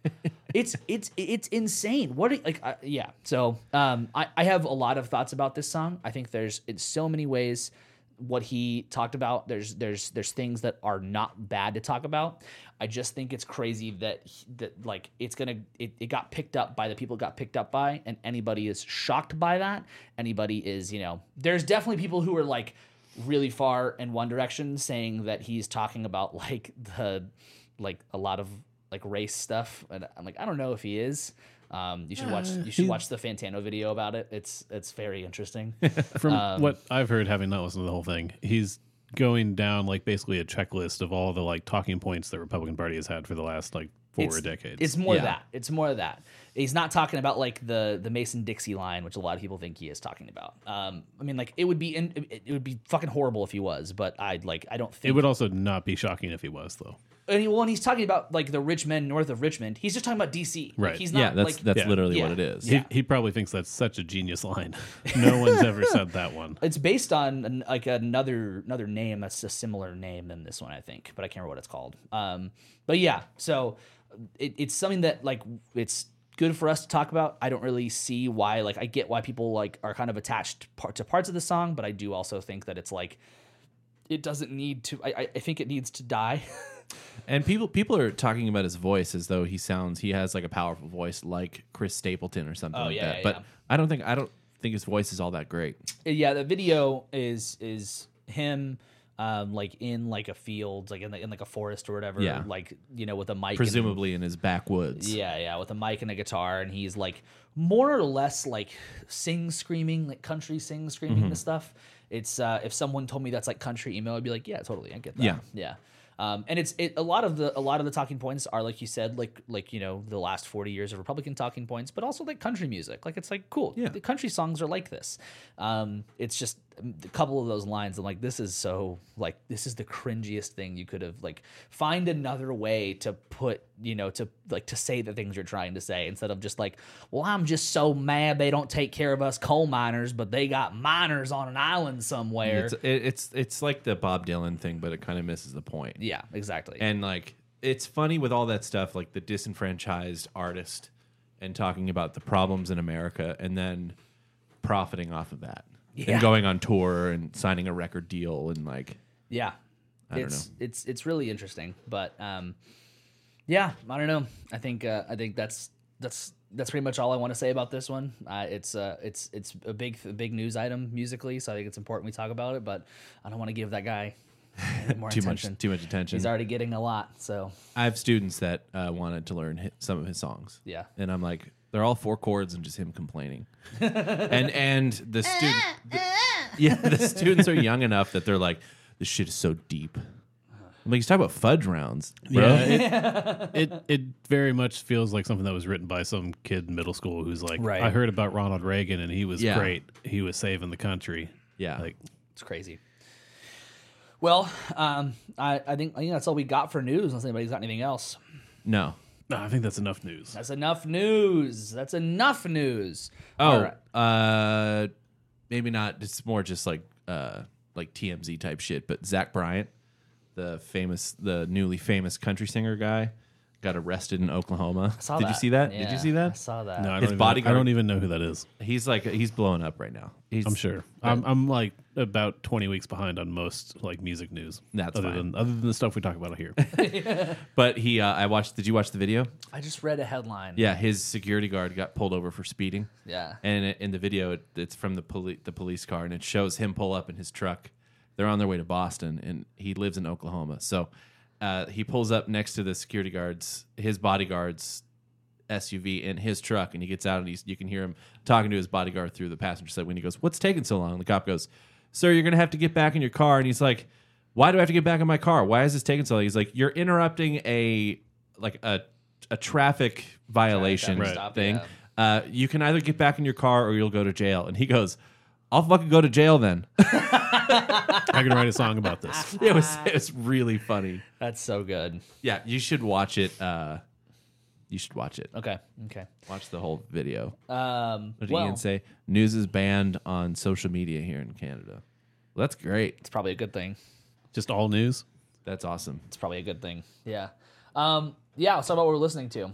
S1: it's it's it's insane what are, like I, yeah so um I, I have a lot of thoughts about this song i think there's in so many ways what he talked about there's there's there's things that are not bad to talk about i just think it's crazy that he- that like it's gonna it, it got picked up by the people it got picked up by and anybody is shocked by that anybody is you know there's definitely people who are like really far in one direction saying that he's talking about like the like a lot of like race stuff and i'm like i don't know if he is um, you should watch you should watch the fantano video about it it's it's very interesting
S3: from
S1: Um,
S3: what I've heard, having not listened to the whole thing, he's going down like basically a checklist of all the like talking points the Republican Party has had for the last like four
S1: it's,
S3: decades.
S1: it's more
S2: Yeah.
S1: that it's more that he's not talking about like the the mason dixie line which a lot of people think he is talking about um, i mean like it would be in, it, it would be fucking horrible if he was but i'd like i don't think
S3: it would also not be shocking if he was though.
S1: and he, well, and he's talking about like the rich men north of richmond he's just talking about dc Like,
S3: Right.
S1: he's not
S2: yeah. That's
S1: like
S2: that's
S3: Yeah.
S2: literally
S1: Yeah.
S2: what it is.
S1: Yeah.
S3: He, he probably thinks that's such a genius line. no one's ever said that one.
S1: It's based on an, like another another name that's a similar name than this one, I think, but I can't remember what it's called. Um, but yeah, so it, it's something that like it's good for us to talk about. I don't really see why like I get why people like are kind of attached part to parts of the song, but I do also think that it's like it doesn't need to. I, I- I think it needs to die.
S2: And people people are talking about his voice as though he sounds he has like a powerful voice like Chris Stapleton or something like
S1: Oh, yeah,
S2: that.
S1: yeah,
S2: but
S1: yeah.
S2: I don't think I don't think his voice is all that great.
S1: yeah the video is is him um like in like a field like in, the, in like a forest or whatever
S2: Yeah.
S1: like you know with a mic and-
S2: Presumably in his backwoods.
S1: Yeah, yeah, with a mic and a guitar, and he's like more or less like sing screaming, like country sing screaming and stuff. It's uh, if someone told me that's like country email, I'd be like, yeah, totally, I get that.
S2: Yeah.
S1: yeah. Um, and it's it, a lot of the a lot of the talking points are like you said, like like you know the last forty years of Republican talking points, but also like country music. Like it's like cool.
S2: Yeah.
S1: The country songs are like this. Um, it's just a couple of those lines. I'm like, this is so like this is the cringiest thing you could have like find another way to put you know to like to say the things you're trying to say instead of just like, well, I'm just so mad they don't take care of us coal miners, but they got miners on an island somewhere.
S2: It's it, it's it's like the Bob Dylan thing, but it kind of misses the point.
S1: yeah, exactly.
S2: And like it's funny with all that stuff, like the disenfranchised artist and talking about the problems in America and then profiting off of that.
S1: Yeah.
S2: And going on tour and signing a record deal and like
S1: Yeah.
S2: don't
S1: it's it's it's really interesting, but um yeah, I don't know. I think uh, I think that's that's that's pretty much all I want to say about this one. Uh, it's uh, it's it's a big a big news item musically, so I think it's important we talk about it. But I don't want to give that guy any more
S2: too
S1: attention.
S2: much too much attention.
S1: He's already getting a lot, so
S2: I have students that uh, wanted to learn hi some of his songs.
S1: Yeah.
S2: and I'm like, they're all four chords and just him complaining. and and the student, yeah, the students are young enough that they're like, this shit is so deep. I'm like, he's talking about fudge rounds. Bro.
S3: Yeah, it, it it very much feels like something that was written by some kid in middle school who's like,
S1: Right.
S3: I heard about Ronald Reagan and he was
S2: Yeah.
S3: great. He was saving the country.
S2: Yeah.
S3: Like,
S1: It's crazy. Well, um, I, I think I think that's all we got for news. Unless anybody's got anything else.
S2: No.
S3: no, I think that's enough news.
S1: That's enough news. That's enough news.
S2: Oh,
S1: right.
S2: uh, maybe not. It's more just like uh, like TMZ type shit. But Zach Bryant, the famous, the newly famous country singer guy, got arrested in Oklahoma.
S1: I saw
S2: Did you see that? Did
S1: Yeah,
S2: you see
S1: I
S2: that?
S1: saw that.
S3: No, I don't,
S2: His
S3: even,
S2: bodyguard-
S3: I don't even know who that is.
S2: He's like he's blowing up right now. He's,
S3: I'm sure. I'm, I'm like about 20 weeks behind on most like music news.
S2: That's
S3: other
S2: fine.
S3: than other than the stuff we talk about here.
S2: But he, uh, I watched. Did you watch the video?
S1: I just read a headline.
S2: Yeah, his security guard got pulled over for speeding.
S1: Yeah.
S2: and it- in the video, it, it's from the police the police car, and it shows him pull up in his truck. They're on their way to Boston, and he lives in Oklahoma. So uh, he pulls up next to the security guards, his bodyguards. SUV in his truck, and he gets out, and he's, you can hear him talking to his bodyguard through the passenger side. When he goes, "What's taking so long?" The cop goes, "Sir, you're gonna have to get back in your car." And he's like, "Why do I have to get back in my car? Why is this taking so long?" He's like, "You're interrupting a like a a traffic violation
S1: Right. stop,
S2: thing.
S1: yeah.
S2: Uh, you can either get back in your car or you'll go to jail." And he goes, "I'll fucking go to jail then."
S3: I can write a song about this.
S2: it was it was really funny.
S1: That's so good.
S2: Yeah, you should watch it. Uh, you should watch it.
S1: Okay. Okay.
S2: Watch the whole video.
S1: Um,
S2: What did
S1: well,
S2: Ian say? News is banned on social media here in Canada. Well, that's great.
S1: it's probably a good thing.
S3: Just all news.
S2: That's awesome.
S1: It's probably a good thing. Yeah. Um, yeah. Let's talk about what we're listening to.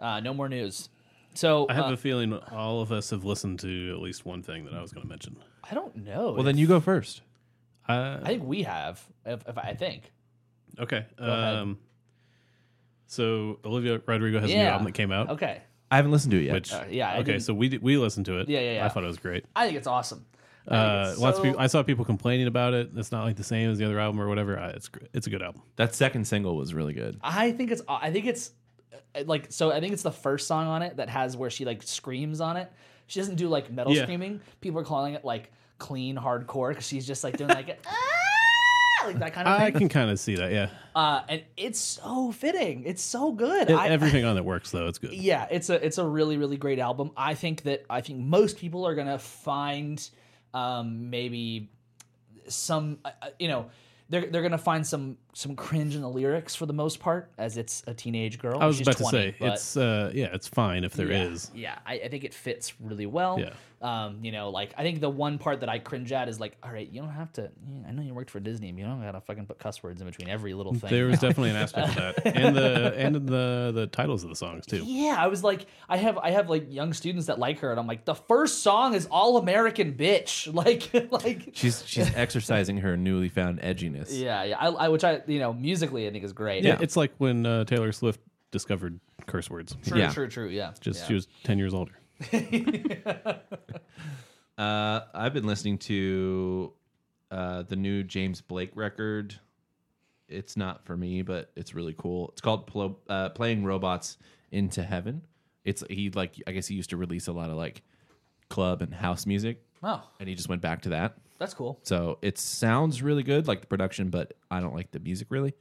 S1: Uh, no more news. So
S3: I have
S1: uh,
S3: a feeling all of us have listened to at least one thing that I was going to mention.
S1: I don't know.
S2: Well, then you go first.
S3: Uh,
S1: I think we have. If, if I think.
S3: okay.
S1: ahead.
S3: Um, so Olivia Rodrigo has a new
S1: Yeah.
S3: album that came out.
S1: Okay.
S2: I haven't listened to it yet.
S3: Which
S1: yeah, I
S3: Oh. Okay,
S1: didn't-
S3: so we did, we listened to it.
S1: Yeah, yeah, yeah.
S3: I thought it was great.
S1: I think it's awesome. I think
S3: Uh,
S1: it's
S3: lots of
S1: so-
S3: people, I saw people complaining about it. It's not like the same as the other album or whatever. I, it's gr- it's a good album.
S2: that second single was really good.
S1: I think it's I think it's uh, like so I think it's the first song on it that has where she like screams on it. She doesn't do like metal
S3: Yeah.
S1: screaming. People are calling it like clean hardcore because she's just like doing like "Ah!" like that kind of
S3: I
S1: thing.
S3: can kind of see that. Yeah,
S1: Uh, and it's so fitting. It's so good.
S3: It-
S1: I-
S3: everything on it works though. It's good.
S1: yeah, it's a it's a really really great album. I think that I think most people are gonna find um, maybe some uh, uh, you know they're they're gonna find some some cringe in the lyrics for the most part as it's a teenage girl.
S3: I was
S1: She's
S3: about
S1: 20,
S3: to say
S1: but-
S3: it's uh, yeah, it's fine if there is.
S1: yeah, Yeah, I, I think it fits really well.
S3: Yeah.
S1: Um, you know, like I think the one part that I cringe at is like, all right, you don't have to. yeah, I know you worked for Disney, but you don't gotta fucking put cuss words in between every little thing.
S3: There was definitely an aspect of that, and the and the the titles of the songs too.
S1: Yeah, I was like, I have I have like young students that like her, and I'm like, the first song is All American Bitch. Like like
S2: She's she's exercising her newly found edginess.
S1: Yeah, yeah. I, I which I you know, musically I think is great.
S3: Yeah, it's like when uh, Taylor Swift discovered curse words.
S1: True,
S2: Yeah.
S1: true, true. Yeah.
S3: Just
S1: yeah.
S3: she was ten years older.
S2: Uh, I've been listening to uh, the new James Blake record. It's not for me, but it's really cool. It's called Plo- uh, "Playing Robots into Heaven." It's he like I guess he used to release a lot of like club and house music,
S1: Oh,
S2: and he just went back to that.
S1: that's cool.
S2: So it sounds really good, like the production, but I don't like the music really.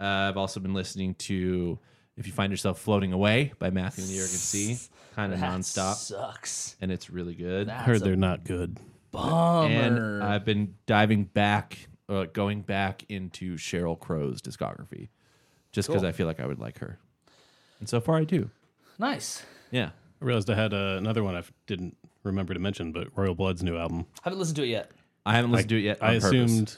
S2: Uh, I've also been listening to "If You Find Yourself Floating Away" by Matthew and the Urgent Sea, kind of
S1: That
S2: nonstop,
S1: Sucks.
S2: and it's really good.
S1: That's
S3: Heard
S1: a
S3: they're not good.
S1: bummer.
S2: And I've been diving back, uh, going back into Cheryl Crow's discography, just because
S1: Cool.
S2: I feel like I would like her, and so far I do.
S1: nice.
S2: Yeah,
S3: I realized I had uh, another one I f- didn't remember to mention, but Royal Blood's new album.
S1: Haven't listened to it yet.
S2: I haven't listened to it yet.
S3: I
S2: on purpose.
S3: assumed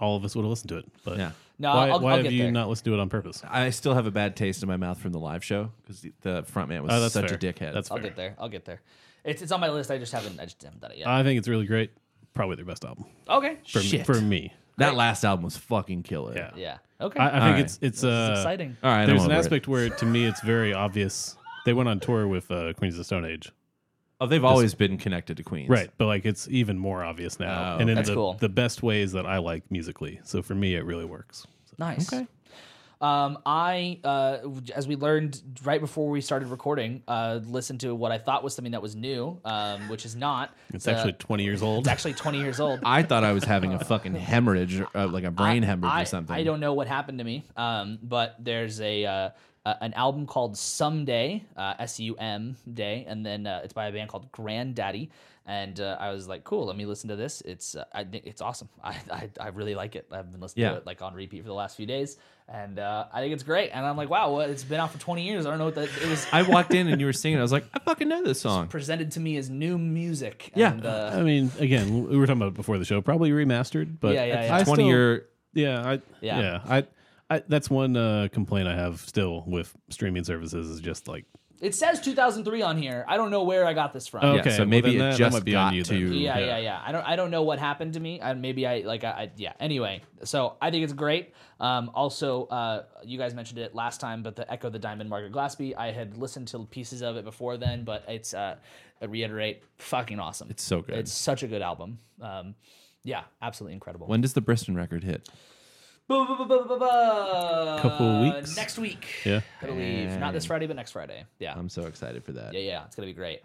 S3: all of us would have listened to it, but
S2: Yeah.
S1: No,
S3: why,
S1: I'll,
S3: why
S1: I'll
S3: have
S1: get
S3: you
S1: there.
S3: not listened to it on purpose?
S2: I still have a bad taste in my mouth from the live show because the, the front man was
S3: Oh, that's
S2: such a
S3: fair.
S2: dickhead.
S3: That's
S1: I'll
S3: fair.
S1: get there. I'll get there. It's it's on my list. I just haven't I just haven't done it yet.
S3: I think it's really great. Probably their best album
S1: okay.
S3: for me.
S2: Shit.
S3: For me,
S2: that last album was fucking killer.
S3: yeah.
S1: Yeah. Okay.
S3: I, I think
S2: right.
S3: it's it's uh,
S1: It's exciting.
S2: All right, I'm
S3: There's an
S2: over it.
S3: aspect where, to me, it's very obvious. They went on tour with uh, Queens of the Stone Age,
S2: Oh, they've always been connected to Queens.
S3: right? But like, it's even more obvious now,
S2: Oh,
S3: and in
S1: That's
S3: the,
S1: cool.
S3: the best ways that I like musically. So for me, it really works.
S1: Nice.
S2: Okay.
S1: Um, I, uh, as we learned right before we started recording, uh, listened to what I thought was something that was new, um, which is not.
S3: It's
S1: The-
S3: actually 20 years old.
S1: it's actually 20 years old.
S2: I thought I was having a fucking hemorrhage, or, uh, like a brain hemorrhage
S1: I,
S2: or something.
S1: I don't know what happened to me, um, but there's a uh, uh, an album called Someday, uh, S U M Day, and then uh, it's by a band called Granddaddy. And uh, I was like, cool, let me listen to this. It's uh, I think it's awesome. I, I I really like it. I've been listening
S2: Yeah.
S1: to it like on repeat for the last few days, and uh, I think it's great. And I'm like, wow, well, it's been out for 20 years. I don't know what that it was.
S2: I walked in and you were singing. I was like, I fucking know this song.
S1: presented to me as new music.
S2: Yeah.
S1: and, uh,
S3: I mean, again, we were talking about it before the show, probably remastered, but
S1: Yeah, yeah,
S3: I
S1: yeah.
S2: Twenty
S3: still-
S2: year.
S3: Yeah, I,
S1: Yeah.
S3: yeah, I, I, that's one uh, complaint I have still with streaming services is just like
S1: it says 2003 on here. I don't know where I got this from.
S3: Oh,
S2: Yeah,
S3: Okay,
S2: so
S3: well,
S2: maybe
S3: then that-
S2: it
S3: that
S2: just
S3: might be
S2: got
S3: on you
S2: to.
S3: then.
S1: yeah, yeah,
S3: Yeah.
S1: yeah. I don't I don't know what happened to me. I, maybe I like I, I yeah. Anyway, so I think it's great. Um, also, uh, you guys mentioned it last time, but the Echo the Diamond Margaret Glaspie. I had listened to pieces of it before then, but it's uh, I reiterate, fucking awesome. It's
S2: so good.
S1: It's such a good album. Um, yeah, absolutely incredible.
S2: When does the Briston record hit?
S1: Couple
S3: weeks?
S1: next week.
S3: Yeah.
S1: I believe not this Friday, but next Friday. Yeah,
S2: I'm so excited for that.
S1: yeah, yeah. It's gonna be great.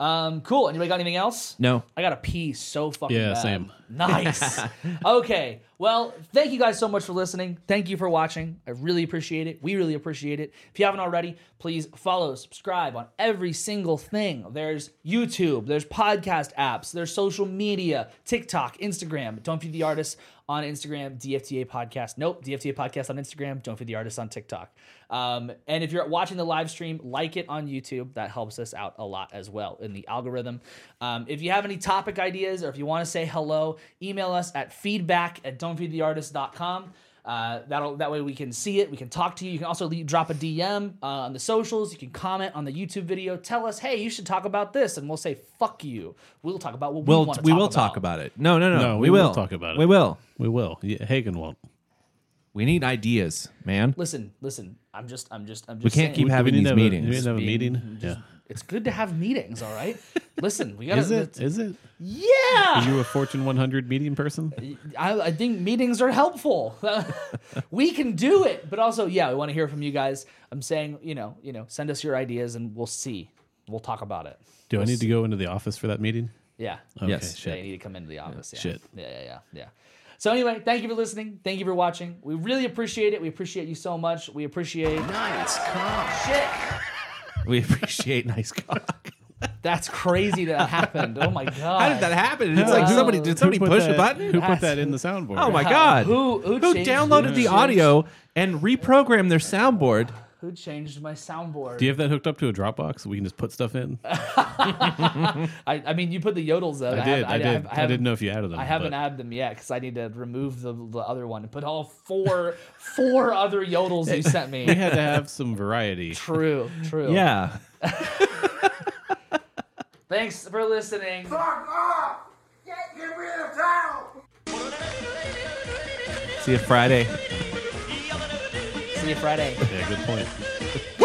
S1: Um, cool. Anybody got anything else?
S2: No,
S1: I gotta pee so fucking
S3: Yeah,
S1: bad.
S3: same.
S1: Nice. okay. Well, thank you guys so much for listening. Thank you for watching. I really appreciate it. We really appreciate it. If you haven't already, please follow, subscribe on every single thing. There's YouTube, there's podcast apps, there's social media, TikTok, Instagram. Don't feed the artist on Instagram, DFTA podcast. Nope, DFTA podcast on Instagram. Don't feed the artist on TikTok. Um, and if you're watching the live stream, like it on YouTube. That helps us out a lot as well in the algorithm. Um, if you have any topic ideas or if you want to say hello, email us at feedback at don'tfeedtheartist.com. Uh, that'll that way we can see it. We can talk to you. You can also leave, drop a DM uh, on the socials. You can comment on the YouTube video. Tell us, hey, you should talk about this, and we'll say fuck you. We'll talk about what we
S2: we'll
S1: want to
S2: we
S1: talk
S2: will
S1: about.
S2: talk about it. No, no, no.
S3: No,
S2: we,
S3: we will
S2: will
S3: talk about it.
S2: We will.
S3: we will. Yeah, Hagen won't.
S2: We need ideas, man.
S1: Listen, listen. I'm just, I'm just, I'm just.
S2: We can't
S1: saying.
S2: keep having
S3: we
S2: these
S3: need to have A, we need
S2: meetings.
S3: to have a
S1: Being-
S3: meeting. Yeah.
S1: It's good to have meetings. All right. listen, we gotta.
S3: Is it? Is it?
S1: Yeah.
S3: Are you a Fortune 100 medium person?
S1: I, I think meetings are helpful. we can do it, but also, yeah, we want to hear from you guys. I'm saying, you know, you know, send us your ideas, and we'll see. We'll talk about it.
S3: Do I need to go into the office for that meeting?
S1: Yeah.
S2: Yes.
S1: They need to come into the office. Yeah.
S3: Oh, shit.
S1: Yeah, yeah, yeah, yeah. So anyway, thank you for listening. Thank you for watching. We really appreciate it. We appreciate you so much. We appreciate
S4: Nice cock.
S1: shit.
S2: We appreciate nice cock.
S1: That's crazy that happened. Oh my god.
S2: How did that happen? It's like
S1: Wow.
S2: somebody did somebody
S3: Who put
S2: push
S3: that-
S2: a button?
S3: Who put that in the soundboard?
S2: Oh my god!
S1: Who- who changed
S2: downloaded
S1: it?
S2: the audio and reprogrammed their soundboard?
S1: Who changed my soundboard?
S3: Do you have that hooked up to a Dropbox? We can just put stuff in. I
S1: I, I mean, you put the yodels up.
S3: did. I, did.
S1: haven't-
S3: I, didn't know if you added them.
S1: I haven't
S3: but-
S1: added them yet because I need to remove the, the other one and put all four four other yodels you sent
S3: We
S1: me.
S3: had to have some variety.
S1: True, true.
S2: Yeah.
S1: Thanks for listening.
S2: See you Friday.
S1: See you Friday.
S3: Yeah, good point.